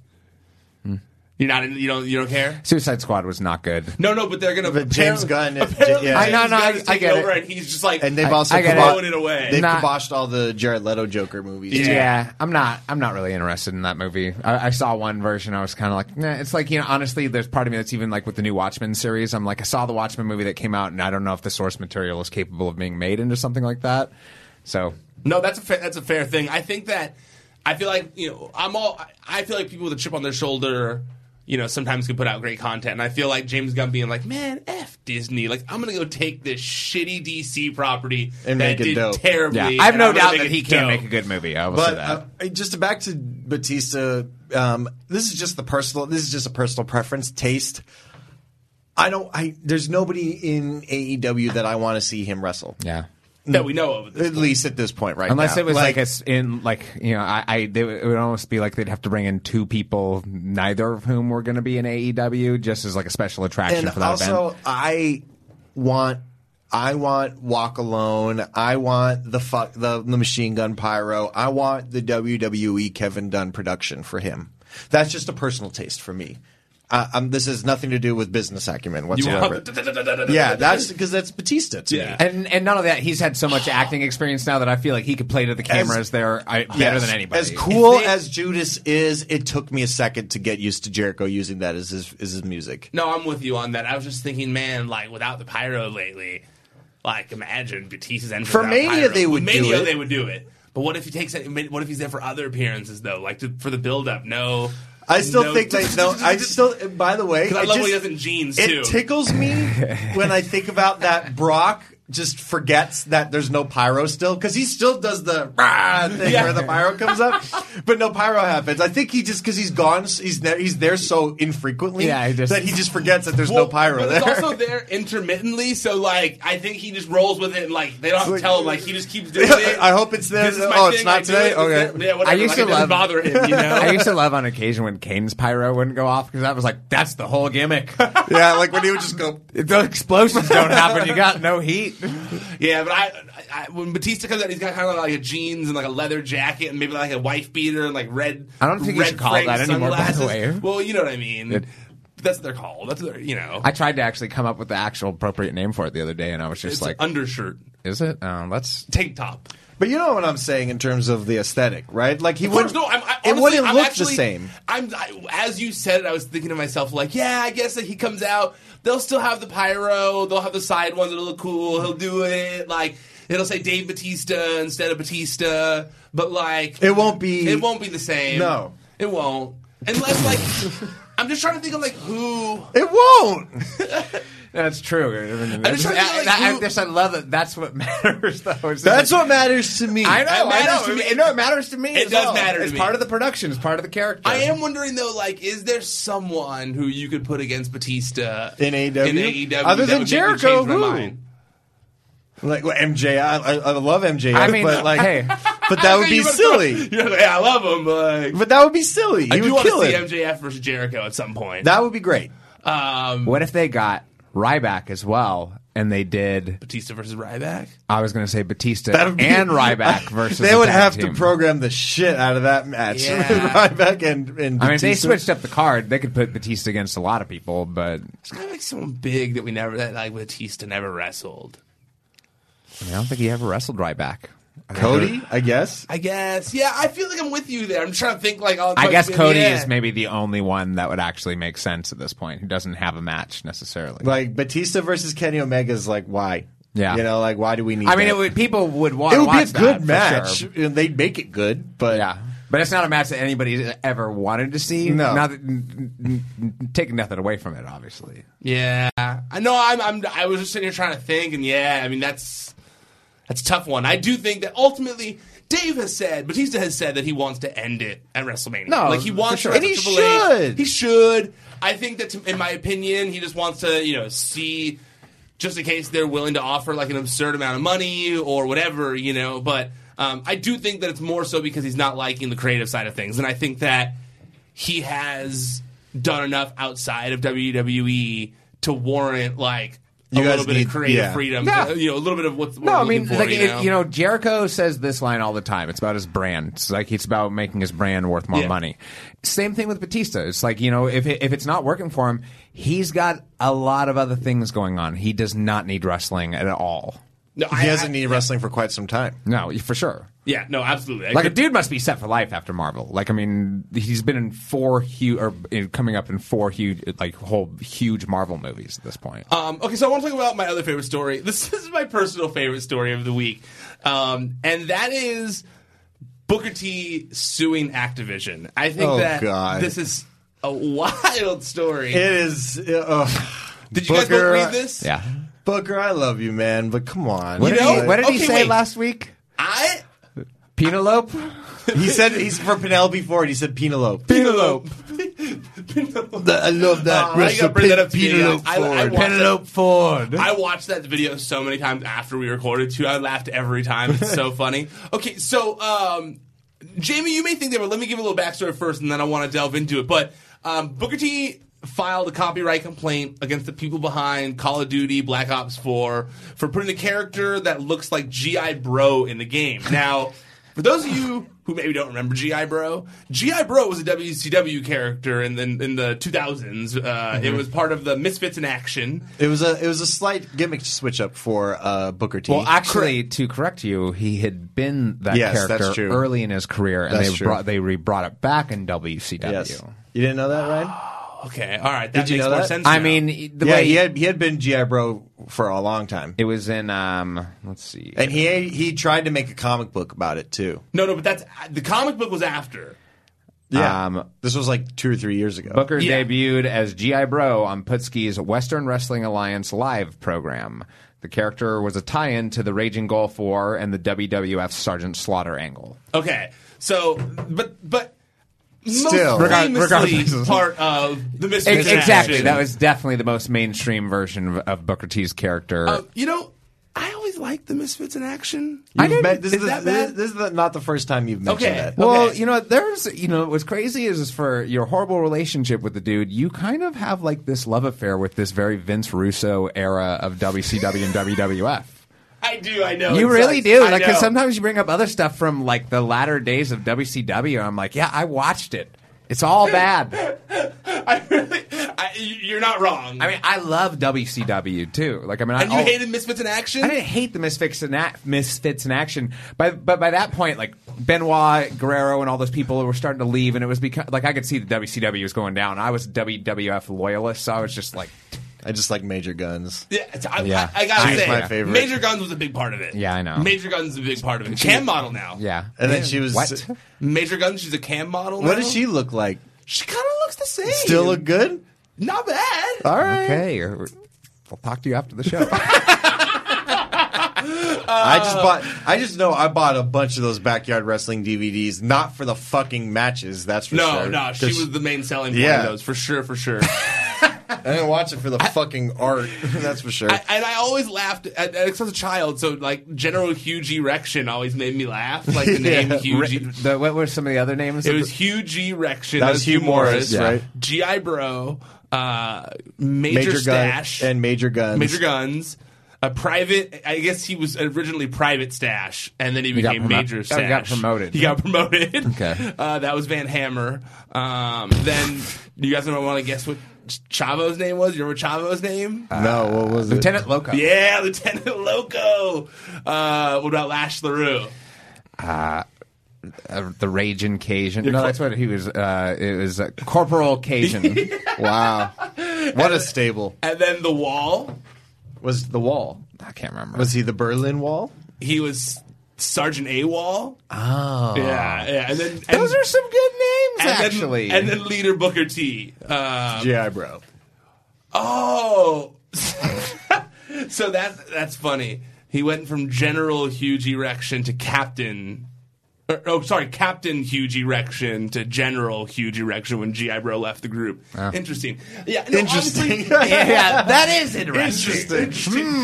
Speaker 5: You're not. In, you don't. You don't care.
Speaker 3: Suicide Squad was not good.
Speaker 5: No, no, but they're gonna.
Speaker 7: But James
Speaker 5: apparently-
Speaker 7: Gunn and-
Speaker 5: apparently
Speaker 7: yeah.
Speaker 5: James
Speaker 3: I- no, no,
Speaker 5: Gunn
Speaker 3: I-
Speaker 5: is
Speaker 3: I
Speaker 5: taking
Speaker 3: get it.
Speaker 5: over, and he's just like,
Speaker 7: And they've also
Speaker 3: I get it.
Speaker 7: kibosh-
Speaker 5: throwing it away.
Speaker 7: They've
Speaker 3: Nah.
Speaker 7: kiboshed all the Jared Leto Joker movies.
Speaker 3: Yeah.
Speaker 5: Yeah.
Speaker 3: I'm not. I'm not really interested in that movie. I, I saw one version. I was kind of like, nah. It's like you know, honestly, there's part of me that's even like with the new Watchmen series. I'm like, I saw the Watchmen movie that came out, and I don't know if the source material is capable of being made into something like that. So
Speaker 5: No, that's a fa- that's a fair thing. I think that I feel like you know I'm all I I feel like people with a chip on their shoulder, you know, sometimes can put out great content, and I feel like James Gunn being like, man, f Disney, like I'm gonna go take this shitty DC property
Speaker 7: And
Speaker 5: that
Speaker 7: make it
Speaker 5: did
Speaker 7: dope.
Speaker 5: terribly.
Speaker 3: yeah, I have
Speaker 5: and
Speaker 3: no
Speaker 5: I'm gonna
Speaker 3: doubt
Speaker 5: make
Speaker 3: that
Speaker 5: it
Speaker 3: he can
Speaker 5: dope.
Speaker 3: make a good movie. I will say
Speaker 7: But
Speaker 3: that.
Speaker 7: uh, just back to Batista, um, this is just the personal. This is just a personal preference, taste. I don't. I there's nobody in AEW that I want to see him wrestle.
Speaker 3: yeah.
Speaker 5: that we know of. at this
Speaker 7: At least at this point, right?
Speaker 3: Unless
Speaker 7: now.
Speaker 3: it was like, a s in like you know I, I they, it would almost be like they'd have to bring in two people, neither of whom were going to be in AEW, just as like a special attraction
Speaker 7: and
Speaker 3: for that event.
Speaker 7: also I want I want Walk Alone. I want the fuck the, the Machine Gun Pyro. I E want the WWE Kevin Dunn production for him. That's just a personal taste for me. uh, um, this has nothing to do with business acumen
Speaker 5: You
Speaker 7: whatsoever.
Speaker 5: want- [LAUGHS]
Speaker 7: yeah, that's because that's Batista to me.
Speaker 3: And and none of that. He's had so much
Speaker 7: [SIGHS]
Speaker 3: acting experience now that I feel like he could play to the cameras there I, better
Speaker 7: Yes.
Speaker 3: than anybody.
Speaker 7: As cool as Judas is, it took me a second to get used to Jericho using that as his as his music.
Speaker 5: No, I'm with you on that. I was just thinking, man, like without the pyro lately, like imagine Batista's entrance.
Speaker 7: For
Speaker 5: without
Speaker 7: Mania,
Speaker 5: pyro.
Speaker 7: they would do
Speaker 5: Mania,
Speaker 7: it.
Speaker 5: they would do it. But what if he takes? it- What if he's there for other appearances though, like to, for the build up? No,
Speaker 7: I still
Speaker 5: no-
Speaker 7: think
Speaker 5: [LAUGHS]
Speaker 7: they know. I still. By the way,
Speaker 5: 'Cause I
Speaker 7: it
Speaker 5: love
Speaker 7: just-
Speaker 5: when he does it in jeans,
Speaker 7: It
Speaker 5: too.
Speaker 7: tickles
Speaker 5: [LAUGHS]
Speaker 7: me when I think about that Brock just forgets that there's no pyro still because he still does the rah thing
Speaker 5: Yeah.
Speaker 7: where the pyro comes
Speaker 5: [LAUGHS]
Speaker 7: up, but no pyro happens. I think he just because he's gone, he's there, he's there so infrequently
Speaker 3: Yeah, I just-
Speaker 7: that he just forgets that there's
Speaker 5: Well,
Speaker 7: no pyro
Speaker 5: but
Speaker 7: there.
Speaker 5: It's also there intermittently, so like I think he just rolls with it, and like they don't have to
Speaker 7: like-
Speaker 5: tell him. Like he just
Speaker 7: [LAUGHS]
Speaker 5: keeps doing it.
Speaker 7: I hope it's there.
Speaker 5: This is my
Speaker 7: Oh, it's
Speaker 5: thing,
Speaker 7: not
Speaker 5: I do
Speaker 7: today?
Speaker 5: it,
Speaker 7: Okay.
Speaker 5: Yeah, whatever.
Speaker 3: I used
Speaker 5: like,
Speaker 3: to
Speaker 5: it doesn't
Speaker 3: love
Speaker 5: bother him.
Speaker 7: [LAUGHS]
Speaker 5: You know,
Speaker 3: [LAUGHS] I used to love on occasion when Kane's pyro wouldn't go off because I was like, that's the whole gimmick.
Speaker 7: [LAUGHS] yeah, like when he would just go.
Speaker 3: [LAUGHS] the explosions don't happen. You got no heat.
Speaker 5: Yeah, but I, I, I when Batista comes out, he's got kind of like a jeans and like a leather jacket and maybe like a wife beater and like red.
Speaker 3: I don't think you
Speaker 5: red
Speaker 3: should call it
Speaker 5: framed
Speaker 3: that anymore, by the
Speaker 5: sunglasses.
Speaker 3: way.
Speaker 5: Well, you know what I mean.
Speaker 3: It-
Speaker 5: That's what they're called. That's what they're, you know.
Speaker 3: I tried to actually come up with the actual appropriate name for it the other day, and I was just
Speaker 5: it's
Speaker 3: like,
Speaker 5: like undershirt,
Speaker 3: is it? Um, let's.
Speaker 5: tank top.
Speaker 7: But you know what I'm saying in terms of the aesthetic, right? Like he
Speaker 5: Of course,
Speaker 7: wouldn't.
Speaker 5: no. I'm, I,
Speaker 7: it
Speaker 5: honestly,
Speaker 7: wouldn't
Speaker 5: I'm
Speaker 7: look the
Speaker 5: actually-
Speaker 7: same.
Speaker 5: I'm I, as you said it. I was thinking to myself, like, yeah, I guess that he comes out. They'll still have the pyro. They'll have the side ones that'll look cool. He'll do it. Like it'll say Dave Batista instead of Batista. But like,
Speaker 7: It won't be.
Speaker 5: It won't be the same.
Speaker 7: No.
Speaker 5: it won't. Unless like, I'm just trying to think of like who.
Speaker 7: It won't.
Speaker 3: [LAUGHS] That's true.
Speaker 5: I'm just trying to
Speaker 3: I,
Speaker 5: think, like,
Speaker 3: I- I
Speaker 5: who-
Speaker 3: just- I love that. That's what [LAUGHS] matters, though. It's just
Speaker 7: That's
Speaker 3: like-
Speaker 7: what matters to me.
Speaker 3: I know.
Speaker 5: It
Speaker 3: I
Speaker 5: matters
Speaker 3: know.
Speaker 5: to me.
Speaker 3: It, no, it matters to me.
Speaker 5: It
Speaker 3: as
Speaker 5: does
Speaker 3: well.
Speaker 5: matter to
Speaker 3: It's
Speaker 5: me.
Speaker 3: part of the production. It's part of the character.
Speaker 5: I am wondering though, like, is there someone who you could put against Batista
Speaker 7: In AEW?
Speaker 5: In AEW,
Speaker 7: Other than
Speaker 5: that would make me
Speaker 7: Jericho,
Speaker 5: change my
Speaker 7: who?
Speaker 5: mind?
Speaker 7: Like well, MJF, I, I love MJF,
Speaker 3: I mean,
Speaker 7: but like,
Speaker 3: hey.
Speaker 7: but that would
Speaker 5: Hey,
Speaker 7: be
Speaker 5: [LAUGHS] you wanna
Speaker 7: silly.
Speaker 5: throw- You're like, yeah, I love him, but
Speaker 7: But that would be silly. He
Speaker 5: I do
Speaker 7: would
Speaker 5: want to
Speaker 7: kill
Speaker 5: see
Speaker 7: it.
Speaker 5: MJF versus Jericho at some point.
Speaker 7: That would be great.
Speaker 5: um,
Speaker 3: What if they got Ryback as well, and they did?
Speaker 5: Batista versus Ryback.
Speaker 3: I was going to say Batista
Speaker 7: That would be, [LAUGHS]
Speaker 3: and Ryback versus.
Speaker 7: They
Speaker 3: the
Speaker 7: would
Speaker 3: tag
Speaker 7: have
Speaker 3: team.
Speaker 7: to program the shit out of that match. [LAUGHS]
Speaker 5: Yeah.
Speaker 7: Ryback and and
Speaker 3: I mean, if they
Speaker 7: Batista.
Speaker 3: switched up the card. They could put Batista against a lot of people, but
Speaker 5: It's kind of like someone big that we never that like Batista never wrestled.
Speaker 3: I, mean, I don't think he ever wrestled Ryback.
Speaker 7: Cody, I guess.
Speaker 5: I guess. Yeah, I feel like I'm with you there. I'm trying to think like. I'll-
Speaker 3: I guess
Speaker 5: yeah.
Speaker 3: Cody is maybe the only one that would actually make sense at this point who doesn't have a match necessarily.
Speaker 7: Like Batista versus Kenny Omega is like why?
Speaker 3: Yeah.
Speaker 7: you know, like why do we need?
Speaker 3: I mean,
Speaker 7: that?
Speaker 3: it would, people would want.
Speaker 7: It
Speaker 3: to
Speaker 7: would be a
Speaker 3: watch that,
Speaker 7: good
Speaker 3: for
Speaker 7: match.
Speaker 3: sure.
Speaker 7: and They'd make it good, but
Speaker 3: Yeah, but it's not a match that anybody's ever wanted to see.
Speaker 7: No.
Speaker 3: Not that- n- n- n- taking nothing away from it, obviously.
Speaker 5: Yeah, I know. I'm, I'm. I was just sitting here trying to think, and yeah, I mean that's that's a tough one. I do think that ultimately. Dave has said, Batista has said that he wants to end it at WrestleMania.
Speaker 3: No,
Speaker 5: like he
Speaker 3: for
Speaker 5: wants
Speaker 3: sure.
Speaker 5: to
Speaker 3: And
Speaker 7: he
Speaker 5: Triple H.
Speaker 7: should.
Speaker 5: He should. I think that, to, in my opinion, he just wants to, you know, see just in case they're willing to offer like an absurd amount of money or whatever, you know. But um, I do think that it's more so because he's not liking the creative side of things, and I think that he has done enough outside of WWE to warrant like a
Speaker 7: You guys
Speaker 5: little bit
Speaker 7: need-
Speaker 5: of creative
Speaker 7: yeah.
Speaker 5: freedom,
Speaker 3: Yeah.
Speaker 5: you know, a little bit of what's what
Speaker 3: No,
Speaker 5: we're
Speaker 3: I mean,
Speaker 5: looking for,
Speaker 3: like,
Speaker 5: you, know?
Speaker 3: it- you know, Jericho says this line all the time. It's about his brand. It's like it's about making his brand worth more
Speaker 5: Yeah.
Speaker 3: money. Same thing with Batista. It's like you know, if it, if it's not working for him, he's got a lot of other things going on. He does not need wrestling at all.
Speaker 5: no,
Speaker 7: he hasn't needed wrestling for quite some time.
Speaker 3: No, for sure.
Speaker 5: yeah, no, absolutely. I
Speaker 3: Like a
Speaker 5: could-
Speaker 3: dude must be set for life after Marvel. Like I mean, he's been in four huge or in, coming up in four huge like whole huge Marvel movies at this point.
Speaker 5: Um, okay, so I want to talk about my other favorite story. [LAUGHS] This is my personal favorite story of the week, um, and that is Booker T suing Activision. I think
Speaker 7: Oh,
Speaker 5: that
Speaker 7: God.
Speaker 5: this is a wild story.
Speaker 7: It is. Uh,
Speaker 5: Did you guys both
Speaker 7: Booker-
Speaker 5: read this?
Speaker 3: yeah.
Speaker 7: Booker, I love you, man, but come on.
Speaker 3: What
Speaker 5: You
Speaker 3: did,
Speaker 5: know-
Speaker 3: he, what did he
Speaker 5: okay,
Speaker 3: say
Speaker 5: wait.
Speaker 3: last week?
Speaker 5: I
Speaker 3: Penelope.
Speaker 7: he said he's for Penelope Ford. He said Penelope.
Speaker 3: Penelope.
Speaker 7: I love that.
Speaker 5: Oh, why you gotta bring that up to me? I- I watched it.
Speaker 7: Ford.
Speaker 5: I watched that video so many times after we recorded too. I laughed every time. It's so funny. Okay, so um, Jamie, you may think that, but let me give a little backstory first, and then I want to delve into it. But um, Booker T filed a copyright complaint against the people behind Call of Duty Black Ops 4 for putting a character that looks like GI Bro in the game. Now. For those of you who maybe don't remember GI Bro, GI Bro was a WCW character in the, in the 2000s. Uh, It was part of the Misfits in Action.
Speaker 7: It was a it was a slight gimmick switch up for uh, Booker T.
Speaker 3: Well, actually, to correct you, he had been that
Speaker 7: Yes, that's
Speaker 3: character
Speaker 7: true.
Speaker 3: early in his career, and
Speaker 7: That's
Speaker 3: they
Speaker 7: true.
Speaker 3: brought they re brought it back in WCW.
Speaker 7: Yes. you didn't know that, right?
Speaker 5: Okay, all right, that
Speaker 7: Did you
Speaker 5: makes
Speaker 7: know
Speaker 5: more
Speaker 7: that?
Speaker 5: sense.
Speaker 3: I
Speaker 5: now.
Speaker 3: mean, the
Speaker 7: yeah,
Speaker 3: way
Speaker 7: he had he had been GI Bro for a long time,
Speaker 3: it was in um, let's see,
Speaker 7: and he he tried to make a comic book about it too.
Speaker 5: no, no, but that's the comic book was after.
Speaker 7: Yeah,
Speaker 3: um,
Speaker 7: this was like two or three years ago.
Speaker 3: Booker
Speaker 5: Yeah.
Speaker 3: debuted as GI Bro on Putski's Western Wrestling Alliance live program. The character was a tie-in to the Raging Gulf War and the WWF Sergeant Slaughter angle.
Speaker 5: Okay, so but but most
Speaker 7: Still.
Speaker 3: Regard-
Speaker 5: famously
Speaker 3: regardless.
Speaker 5: part of the Misfits in
Speaker 3: Exactly.
Speaker 5: Action.
Speaker 3: That was definitely the most mainstream version of, of Booker T's character.
Speaker 5: Uh, you know, I always liked the Misfits in Action.
Speaker 7: You've met- this
Speaker 5: is
Speaker 7: is,
Speaker 5: that
Speaker 7: this-
Speaker 5: bad?
Speaker 7: this is the- not the first time you've mentioned
Speaker 5: Okay.
Speaker 7: that.
Speaker 3: Well,
Speaker 5: Okay.
Speaker 3: you know, there's, you know, what's crazy is, is for your horrible relationship with the dude, you kind of have like this love affair with this very Vince Russo era of WCW and WWF.
Speaker 5: I do. I know.
Speaker 3: you
Speaker 5: Oh, it
Speaker 3: really
Speaker 5: sucks.
Speaker 3: do,
Speaker 5: I
Speaker 3: like, because
Speaker 5: know.
Speaker 3: sometimes you bring up other stuff from like the latter days of WCW, and I'm like, yeah, I watched it. It's all
Speaker 5: [LAUGHS]
Speaker 3: bad.
Speaker 5: [LAUGHS] I really, I, you- you're not wrong.
Speaker 3: I mean, I love WCW too. Like, I mean, I
Speaker 5: and you
Speaker 3: al-
Speaker 5: hated Misfits in Action.
Speaker 3: I didn't hate the misfits in that misfits in action, but but by that point, like Benoit, Guerrero, and all those people were starting to leave, and it was because like I could see the WCW was going down. I was a WWF loyalist, so I was just like,
Speaker 7: I just like Major Guns.
Speaker 5: Yeah, it's- I,
Speaker 3: Yeah.
Speaker 5: I, I gotta
Speaker 3: She's
Speaker 5: say,
Speaker 7: my favorite.
Speaker 5: Major Guns was a big part of it.
Speaker 3: Yeah, I know.
Speaker 5: Major Guns is a big part of it. Cam model now.
Speaker 3: yeah.
Speaker 7: And then she was.
Speaker 3: What?
Speaker 5: Major Guns, she's a cam model.
Speaker 7: What
Speaker 5: now.
Speaker 7: does she look like?
Speaker 5: She kind of looks the same.
Speaker 7: Still look good?
Speaker 5: not bad.
Speaker 7: All right.
Speaker 3: Okay, or- I'll talk to you after the show.
Speaker 7: I just bought. I just know I bought a bunch of those backyard wrestling DVDs, not for the fucking matches. That's for
Speaker 5: no,
Speaker 7: sure.
Speaker 5: no, she
Speaker 7: 'Cause
Speaker 5: was the main selling point
Speaker 7: Yeah.
Speaker 5: of those for sure, for sure.
Speaker 7: I didn't watch it for the fucking art. [LAUGHS] That's for sure.
Speaker 5: I, and I always laughed at, as I was a child. So like General Huge Erection always made me laugh.
Speaker 3: [LAUGHS]
Speaker 5: Like the name Huge. E-
Speaker 3: the, what were some of the other names?
Speaker 5: It was Huge Erection.
Speaker 7: That was Hugh Morris, right?
Speaker 5: GI Bro, uh, Major,
Speaker 7: Major
Speaker 5: Stash,
Speaker 7: Gun and Major Guns.
Speaker 5: Major Guns. A private, I guess he was originally Private Stash, and then he
Speaker 3: got
Speaker 5: became
Speaker 3: promo-
Speaker 5: Major
Speaker 3: oh,
Speaker 5: Stash.
Speaker 3: he got promoted.
Speaker 5: He got promoted.
Speaker 3: Okay.
Speaker 5: Uh, that was Van Hammer. Um, then, you guys don't want to guess what Chavo's name was? You remember Chavo's name?
Speaker 7: No, what was
Speaker 3: Lieutenant Loco.
Speaker 5: Yeah, Lieutenant Loco. Uh, what about Lash LaRue?
Speaker 3: Uh, the Raging Cajun. No, that's what he was. Uh, it was uh, Corporal Cajun.
Speaker 7: it? [LAUGHS] Wow, what a stable
Speaker 5: And then The Wall.
Speaker 7: was the wall.
Speaker 3: I can't remember.
Speaker 7: Was he the Berlin Wall?
Speaker 5: He was Sergeant A Wall. Oh. Yeah, yeah. And then and-
Speaker 3: Those are some good names,
Speaker 5: and then-
Speaker 3: actually.
Speaker 5: and then Leader Booker T. Uh,
Speaker 7: GI Bro.
Speaker 5: oh. [LAUGHS] so that's that's funny. He went from General Huge Erection to Captain. or- oh, sorry, Captain Huge Erection to General Huge Erection when GI Bro left the group. Interesting. Yeah. no,
Speaker 7: Interesting.
Speaker 5: honestly-
Speaker 3: yeah, that
Speaker 5: [LAUGHS]
Speaker 3: is interesting.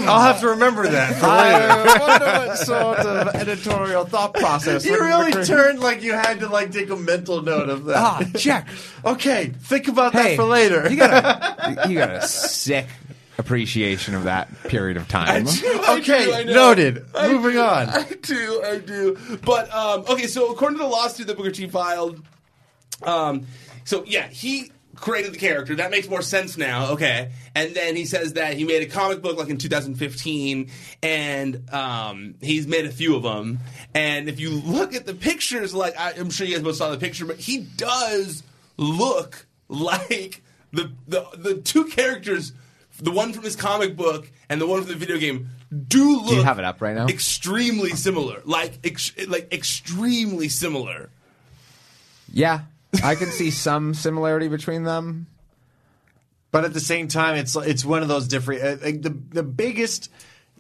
Speaker 7: I'll have to remember that for later.
Speaker 3: I wonder what sort of editorial thought process.
Speaker 7: You really turned like you had to like take a mental note of that.
Speaker 3: Ah, check.
Speaker 7: [LAUGHS] Okay, think about
Speaker 3: Hey,
Speaker 7: that for later.
Speaker 3: You got a, [LAUGHS] you got a sick appreciation of that period of time.
Speaker 5: I
Speaker 7: okay,
Speaker 5: do, I know.
Speaker 7: noted.
Speaker 5: I
Speaker 7: Moving
Speaker 5: do,
Speaker 7: on.
Speaker 5: I do, I do. But um, okay, so according to the lawsuit that Booker T filed, um, so yeah, he created the character. That makes more sense now. Okay, and then he says that he made a comic book like in 2015, and um, he's made a few of them. And if you look at the pictures, like I, I'm sure you guys both saw the picture, but he does look [LAUGHS] like the the the two characters. The one from his comic book and the one from the video game do look.
Speaker 3: you have it up right now?
Speaker 5: Extremely similar, like ex- like extremely similar.
Speaker 3: Yeah, I can see some similarity between them.
Speaker 7: But at the same time, it's it's one of those different. Uh, like the the biggest,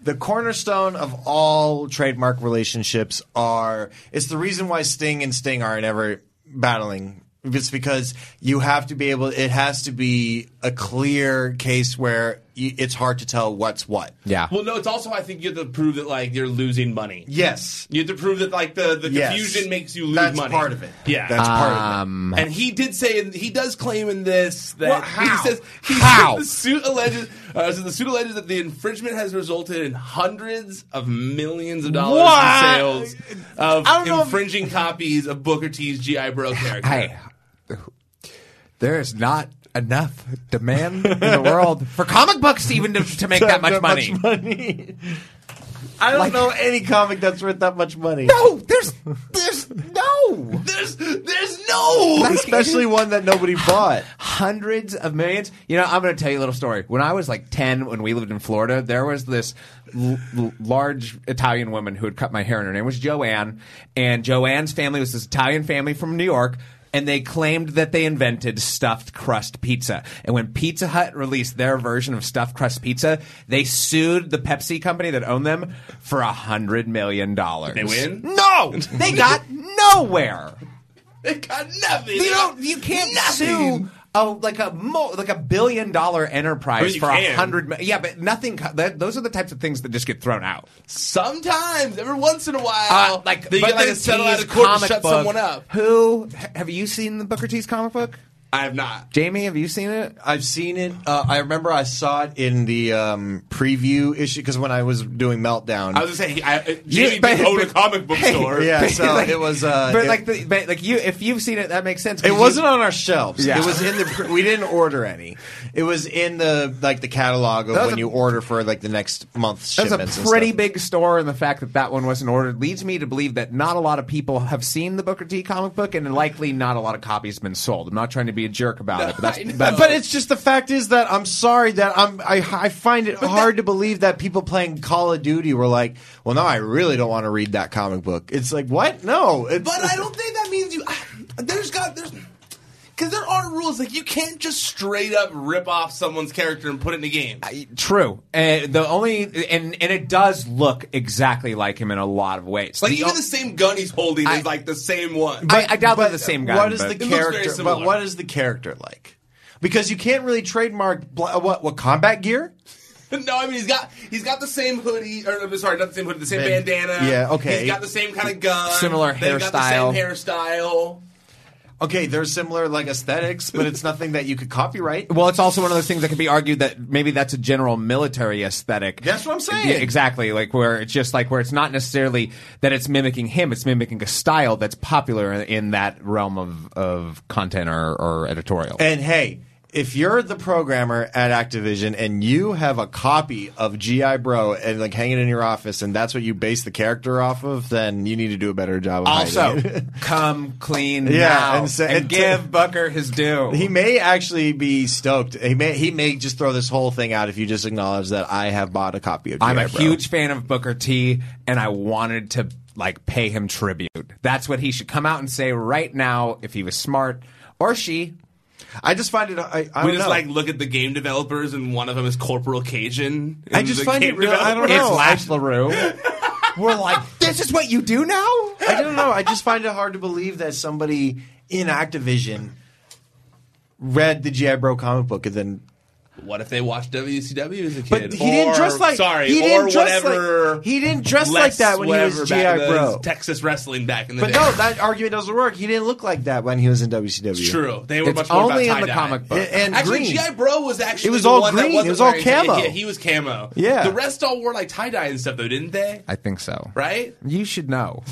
Speaker 7: the cornerstone of all trademark relationships are. It's the reason why Sting and Sting aren't ever battling. It's because you have to be able. It has to be a clear case where y it's hard to tell what's what.
Speaker 3: Yeah.
Speaker 5: Well, no, it's also I think you have to prove that like you're losing money.
Speaker 7: Yes.
Speaker 5: You have to prove that like the, the
Speaker 7: Yes.
Speaker 5: confusion makes you lose
Speaker 7: That's
Speaker 5: money.
Speaker 7: part of it.
Speaker 5: Yeah.
Speaker 7: That's part of it.
Speaker 3: Um,
Speaker 5: and he did say in, he does claim in this that
Speaker 7: Well,
Speaker 5: he
Speaker 7: how?
Speaker 5: says he
Speaker 7: How?
Speaker 5: says the suit alleges uh, so the suit alleges that the infringement has resulted in hundreds of millions of dollars in sales of infringing copies of Booker T's GI Bro character.
Speaker 3: Hey, there is not enough demand in the world for comic books even to, [LAUGHS] to make that much money.
Speaker 7: money. [LAUGHS] I don't know any comic that's worth that much money.
Speaker 3: No, there's, there's no,
Speaker 5: There's there's no
Speaker 7: especially
Speaker 5: [LAUGHS]
Speaker 7: one that nobody bought.
Speaker 3: hundreds of millions. You know, I'm going to tell you a little story. When I was like 10, when we lived in Florida, there was this l- l- large Italian woman who had cut my hair, and her name was Joanne. And Joanne's family was this Italian family from New York. And they claimed that they invented stuffed crust pizza. And when Pizza Hut released their version of stuffed crust pizza, they sued the Pepsi company that owned them for a hundred million dollars.
Speaker 5: They win?
Speaker 3: No, they
Speaker 5: [LAUGHS]
Speaker 3: got nowhere.
Speaker 5: They got nothing.
Speaker 3: You don't. You can't sue a like a mo, like a billion dollar
Speaker 5: I mean,
Speaker 3: enterprise
Speaker 5: you
Speaker 3: for a
Speaker 5: can.
Speaker 3: hundred. mi- Yeah, but nothing. co- That, those are the types of things that just get thrown out.
Speaker 5: Sometimes, every once in a while,
Speaker 3: Uh, like
Speaker 5: they
Speaker 3: Booker
Speaker 5: get like a
Speaker 3: T's
Speaker 5: settle out of court and
Speaker 3: comic
Speaker 5: shut
Speaker 3: book.
Speaker 5: someone up.
Speaker 3: Who h- have you seen the Booker T's comic book?
Speaker 5: I have not.
Speaker 3: Jamie, have you seen it?
Speaker 7: I've seen it. Uh, I remember I saw it in the um, preview issue because when I was doing Meltdown,
Speaker 5: I was gonna say,
Speaker 3: [LAUGHS]
Speaker 5: I, uh, I-
Speaker 3: You-
Speaker 5: Jamie
Speaker 3: but-
Speaker 5: did own a
Speaker 3: but-
Speaker 5: comic book
Speaker 3: [LAUGHS] Hey,
Speaker 5: store. [LAUGHS]
Speaker 7: yeah, so it was. Uh,
Speaker 3: but
Speaker 7: it,
Speaker 3: like, the, but like you, if you've seen it, that makes sense. 'cause
Speaker 7: it
Speaker 3: you-
Speaker 7: wasn't on our shelves.
Speaker 3: Yeah.
Speaker 7: It was in the. pre- We didn't order any. It was in the like the catalog of
Speaker 3: That was a-
Speaker 7: when you order for like the next month's
Speaker 3: That's
Speaker 7: shipments.
Speaker 3: a
Speaker 7: and
Speaker 3: pretty
Speaker 7: stuff.
Speaker 3: big store, and the fact that that one wasn't ordered leads me to believe that not a lot of people have seen the Booker T comic book, and likely not a lot of copies have been sold. I'm not trying to be a jerk about it, [LAUGHS] but
Speaker 7: [LAUGHS]
Speaker 3: that's,
Speaker 5: I know.
Speaker 3: that's
Speaker 7: But it's just the fact is that I'm sorry that I'm I, I find it hard to believe that people playing Call of Duty were like, well, no, I really don't want to read that comic book. It's like what? No, it's,
Speaker 5: But I don't think that means you. There's got there's because there are rules like you can't just straight up rip off someone's character and put it in a game.
Speaker 3: True. Uh, the only and and it does look exactly like him in a lot of ways.
Speaker 5: Like
Speaker 3: The
Speaker 5: even
Speaker 3: o-
Speaker 5: the same gun he's holding
Speaker 3: I-
Speaker 5: is like the same one.
Speaker 3: I, I doubt they're the same guy.
Speaker 7: What is
Speaker 3: but-
Speaker 7: the
Speaker 5: looks very
Speaker 7: character? But
Speaker 5: similar.
Speaker 7: what is the character like? Because you can't really trademark bl- what what combat gear.
Speaker 5: [LAUGHS] no, I mean he's got he's got the same hoodie or I'm sorry, not the same hoodie, the same
Speaker 7: Ban-
Speaker 5: bandana.
Speaker 7: Yeah, okay.
Speaker 5: He's got the same kind of gun.
Speaker 3: Similar
Speaker 5: They've Got the same
Speaker 3: hairstyle.
Speaker 5: hairstyle.
Speaker 7: Okay, they're similar like aesthetics, but it's nothing that you could copyright.
Speaker 3: Well, it's also one of those things that can be argued that maybe that's a general military aesthetic.
Speaker 7: That's what I'm saying.
Speaker 3: Yeah, exactly. Like where it's just like where it's not necessarily that it's mimicking him; it's mimicking a style that's popular in, in that realm of of content or, or editorial.
Speaker 7: And hey, if you're the programmer at Activision and you have a copy of GI Bro and like hanging in your office, and that's what you base the character off of, then you need to do a better job. Of
Speaker 3: also,
Speaker 7: hiding it. [LAUGHS]
Speaker 3: come clean
Speaker 7: Yeah,
Speaker 3: now
Speaker 7: and
Speaker 3: and,
Speaker 7: say- and-
Speaker 3: give Bucker his due.
Speaker 7: he may actually be stoked. He may he may just throw this whole thing out if you just acknowledge that I have bought a copy of. GI
Speaker 3: I'm a
Speaker 7: Bro.
Speaker 3: huge fan of Booker T, and I wanted to like pay him tribute. That's what he should come out and say right now if he was smart or she.
Speaker 7: I just find it. I, I
Speaker 5: We
Speaker 7: don't
Speaker 5: just
Speaker 7: know.
Speaker 5: like look at the game developers and one of them is Corporal Cajun.
Speaker 7: I
Speaker 5: and
Speaker 7: just
Speaker 5: the
Speaker 7: find
Speaker 5: game
Speaker 7: it real- I don't
Speaker 5: developer-
Speaker 7: know.
Speaker 3: It's Lash LaRue.
Speaker 7: [LAUGHS]
Speaker 3: We're like, this is what you do now.
Speaker 7: I don't know. I just find it hard to believe that somebody in Activision read the GI Bro comic book and then
Speaker 5: What if they watched WCW as a kid?
Speaker 7: But he didn't
Speaker 5: Or-
Speaker 7: dress like
Speaker 5: sorry,
Speaker 7: he
Speaker 5: or
Speaker 7: didn't dress
Speaker 5: whatever.
Speaker 7: like, he didn't dress like
Speaker 5: less
Speaker 7: that when he was
Speaker 5: whatever
Speaker 7: GI
Speaker 5: back in the-
Speaker 7: Bro.
Speaker 5: Texas wrestling back in the
Speaker 7: But
Speaker 5: day.
Speaker 7: no, that argument doesn't work. He didn't look like that when he was in WCW.
Speaker 5: It's true. They were
Speaker 3: It's
Speaker 5: much more
Speaker 3: only in
Speaker 5: about
Speaker 3: the
Speaker 5: tie-dye.
Speaker 3: comic book.
Speaker 7: A- and
Speaker 5: actually,
Speaker 7: green.
Speaker 5: GI Bro was actually
Speaker 7: It was
Speaker 5: the
Speaker 7: all
Speaker 5: one that
Speaker 7: green. It
Speaker 5: wasn't
Speaker 7: was all
Speaker 5: wearing tie-
Speaker 7: camo.
Speaker 5: Yeah, he was camo.
Speaker 7: Yeah.
Speaker 5: the rest all wore like tie dye and stuff though, didn't they?
Speaker 3: I think so.
Speaker 5: Right? [LAUGHS]
Speaker 3: You should
Speaker 7: [LAUGHS]
Speaker 3: know.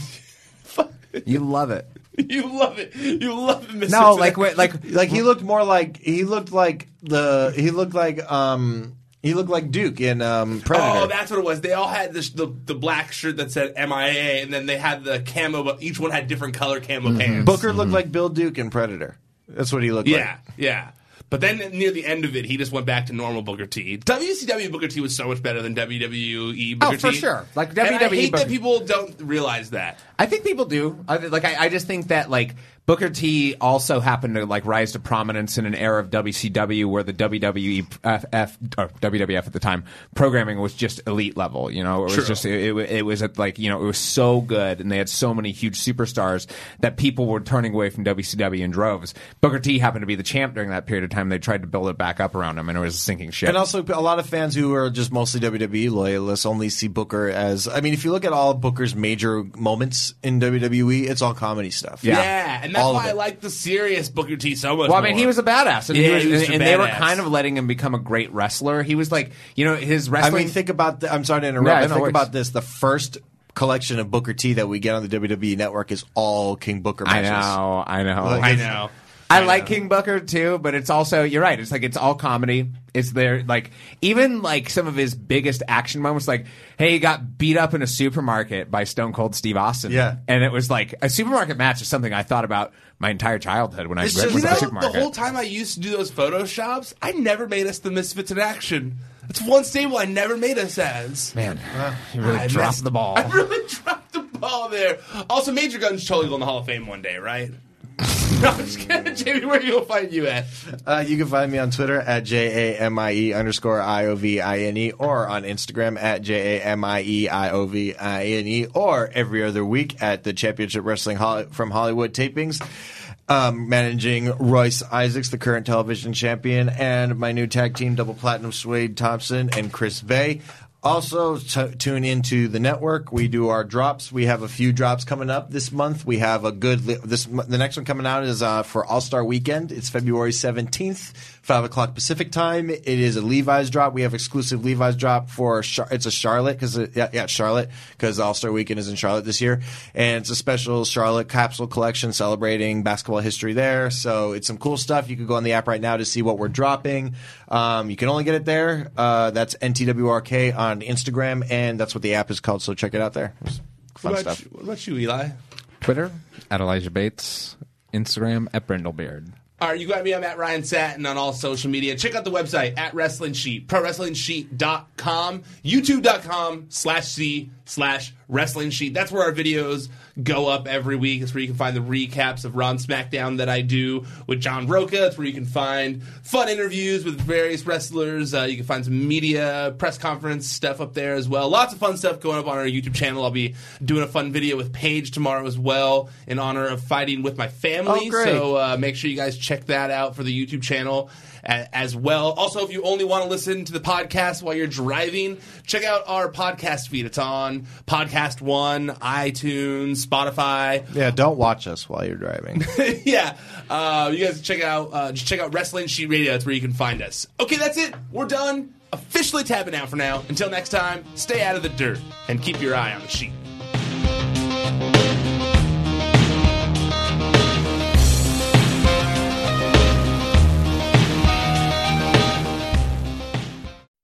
Speaker 3: you love it.
Speaker 5: you love it. You love it, Mr.
Speaker 3: No,
Speaker 5: Today.
Speaker 3: like wait, like
Speaker 7: [LAUGHS] Like he looked more like he looked like the he looked like um he looked like Duke in um Predator.
Speaker 5: Oh, that's what it was. They all had this, the the black shirt that said MIA, and then they had the camo, but each one had different color camo
Speaker 3: Mm-hmm.
Speaker 5: pants.
Speaker 7: Booker looked like Bill Duke in Predator. That's what he looked
Speaker 5: Yeah, yeah. But then near the end of it, he just went back to normal Booker T. WCW Booker T was so much better than WWE Booker
Speaker 3: Oh, for
Speaker 5: T.
Speaker 3: sure. Like,
Speaker 5: And I
Speaker 3: WWE
Speaker 5: hate
Speaker 3: Booker-
Speaker 5: that people don't realize that.
Speaker 3: I think people do. I, like I, I just think that like Booker T also happened to like rise to prominence in an era of WCW where the WWE F, F, or WWF at the time programming was just elite level. You know, it was
Speaker 5: True.
Speaker 3: just it, it, it was at like you know it was so good and they had so many huge superstars that people were turning away from WCW in droves. Booker T happened to be the champ during that period of time. They tried to build it back up around him and it was a sinking ship.
Speaker 7: And also, a lot of fans who are just mostly WWE loyalists only see Booker as. I mean, if you look at all of Booker's major moments in WWE, it's all comedy stuff.
Speaker 3: Yeah.
Speaker 5: and that's
Speaker 7: All of
Speaker 5: why I
Speaker 7: it.
Speaker 5: like the serious Booker T so much.
Speaker 3: Well, I mean,
Speaker 5: more.
Speaker 3: he was a badass, and, he
Speaker 5: Yeah,
Speaker 3: was-
Speaker 5: he was
Speaker 3: and,
Speaker 5: a
Speaker 3: and they were
Speaker 5: badass.
Speaker 3: kind of letting him become a great wrestler. He was like, you know, his
Speaker 7: I
Speaker 3: wrestling.
Speaker 7: mean, think about. The, I'm sorry to interrupt.
Speaker 3: Yeah,
Speaker 7: but
Speaker 3: no,
Speaker 7: think
Speaker 3: it's-
Speaker 7: about this: the first collection of Booker T that we get on the WWE network is all King Booker
Speaker 3: I
Speaker 7: matches.
Speaker 3: know, I know,
Speaker 7: Like,
Speaker 3: I
Speaker 7: it's-
Speaker 3: know. I like King Booker too, but it's also you're right. It's like it's all comedy. It's there like even like some of his biggest action moments, like hey, he got beat up in a supermarket by Stone Cold Steve Austin.
Speaker 7: Yeah.
Speaker 3: and it was like a supermarket match is something I thought about my entire childhood when
Speaker 5: It's
Speaker 3: I went
Speaker 5: just, you
Speaker 3: to
Speaker 5: know,
Speaker 3: the
Speaker 5: the
Speaker 3: supermarket.
Speaker 5: whole time I used to do those photoshops, I never made us the Misfits in action. That's one stable I never made us as.
Speaker 3: Man, he really
Speaker 5: I
Speaker 3: dropped
Speaker 5: messed-
Speaker 3: the ball.
Speaker 5: I [LAUGHS] really dropped the ball there. Also, Major Gun's totally going to the Hall of Fame one day, right? [LAUGHS] no, I'm just kidding. Jamie, where are you going to find you at?
Speaker 7: Uh, you can find me on Twitter at J A M I E underscore I O V I N E or on Instagram at J A M I E I O V I N E or every other week at the Championship Wrestling Hol- from Hollywood tapings. Um, managing Royce Isaacs, the current television champion, and my new tag team, Double Platinum Suede Thompson and Chris Bay. Also, t- tune into the network. We do our drops. We have a few drops coming up this month. We have a good li- this. mo- The next one coming out is uh, for All Star Weekend. It's February seventeenth, five o'clock Pacific time. It is a Levi's drop. We have exclusive Levi's drop for Char- it's a Charlotte because yeah, yeah Charlotte because All Star Weekend is in Charlotte this year, and it's a special Charlotte capsule collection celebrating basketball history there. So it's some cool stuff. You can go on the app right now to see what we're dropping. Um, you can only get it there. Uh, that's NTWRK on Instagram, and that's what the app is called. So check it out there. It's fun
Speaker 5: what about
Speaker 7: stuff.
Speaker 5: You, what about you, Eli?
Speaker 9: Twitter at Elijah Bates, Instagram at Brindlebeard.
Speaker 5: All right, you got me. I'm at Ryan Satin on all social media. Check out the website at Wrestling Sheet, ProWrestlingSheet.com, YouTube.com slash C slash Wrestling Sheet. That's where our videos go up every week. It's where you can find the recaps of Ron SmackDown that I do with John Roca. It's where you can find fun interviews with various wrestlers. Uh, you can find some media, press conference stuff up there as well. Lots of fun stuff going up on our YouTube channel. I'll be doing a fun video with Paige tomorrow as well in honor of fighting with my family.
Speaker 7: Oh, great.
Speaker 5: So uh, make sure you guys check that out for the YouTube channel a- as well. Also, if you only want to listen to the podcast while you're driving, check out our podcast feed. It's on Podcast One, iTunes, Spotify.
Speaker 7: Yeah, don't watch us while you're driving.
Speaker 5: [LAUGHS] yeah, uh, you guys check out uh, just check out Wrestling Sheet Radio. That's where you can find us. Okay, that's it. We're done. Officially tapping out for now. Until next time, stay out of the dirt and keep your eye on the sheet.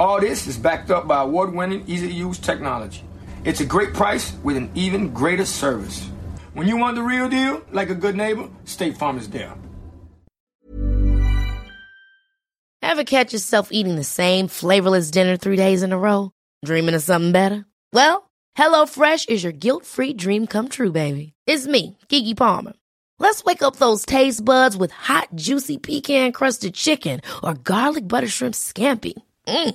Speaker 8: All this is backed up by award winning, easy to use technology. It's a great price with an even greater service. When you want the real deal, like a good neighbor, State Farm is there.
Speaker 10: Ever catch yourself eating the same flavorless dinner three days in a row? Dreaming of something better? Well, HelloFresh is your guilt free dream come true, baby. It's me, Kiki Palmer. Let's wake up those taste buds with hot, juicy pecan crusted chicken or garlic butter shrimp scampi. Mm.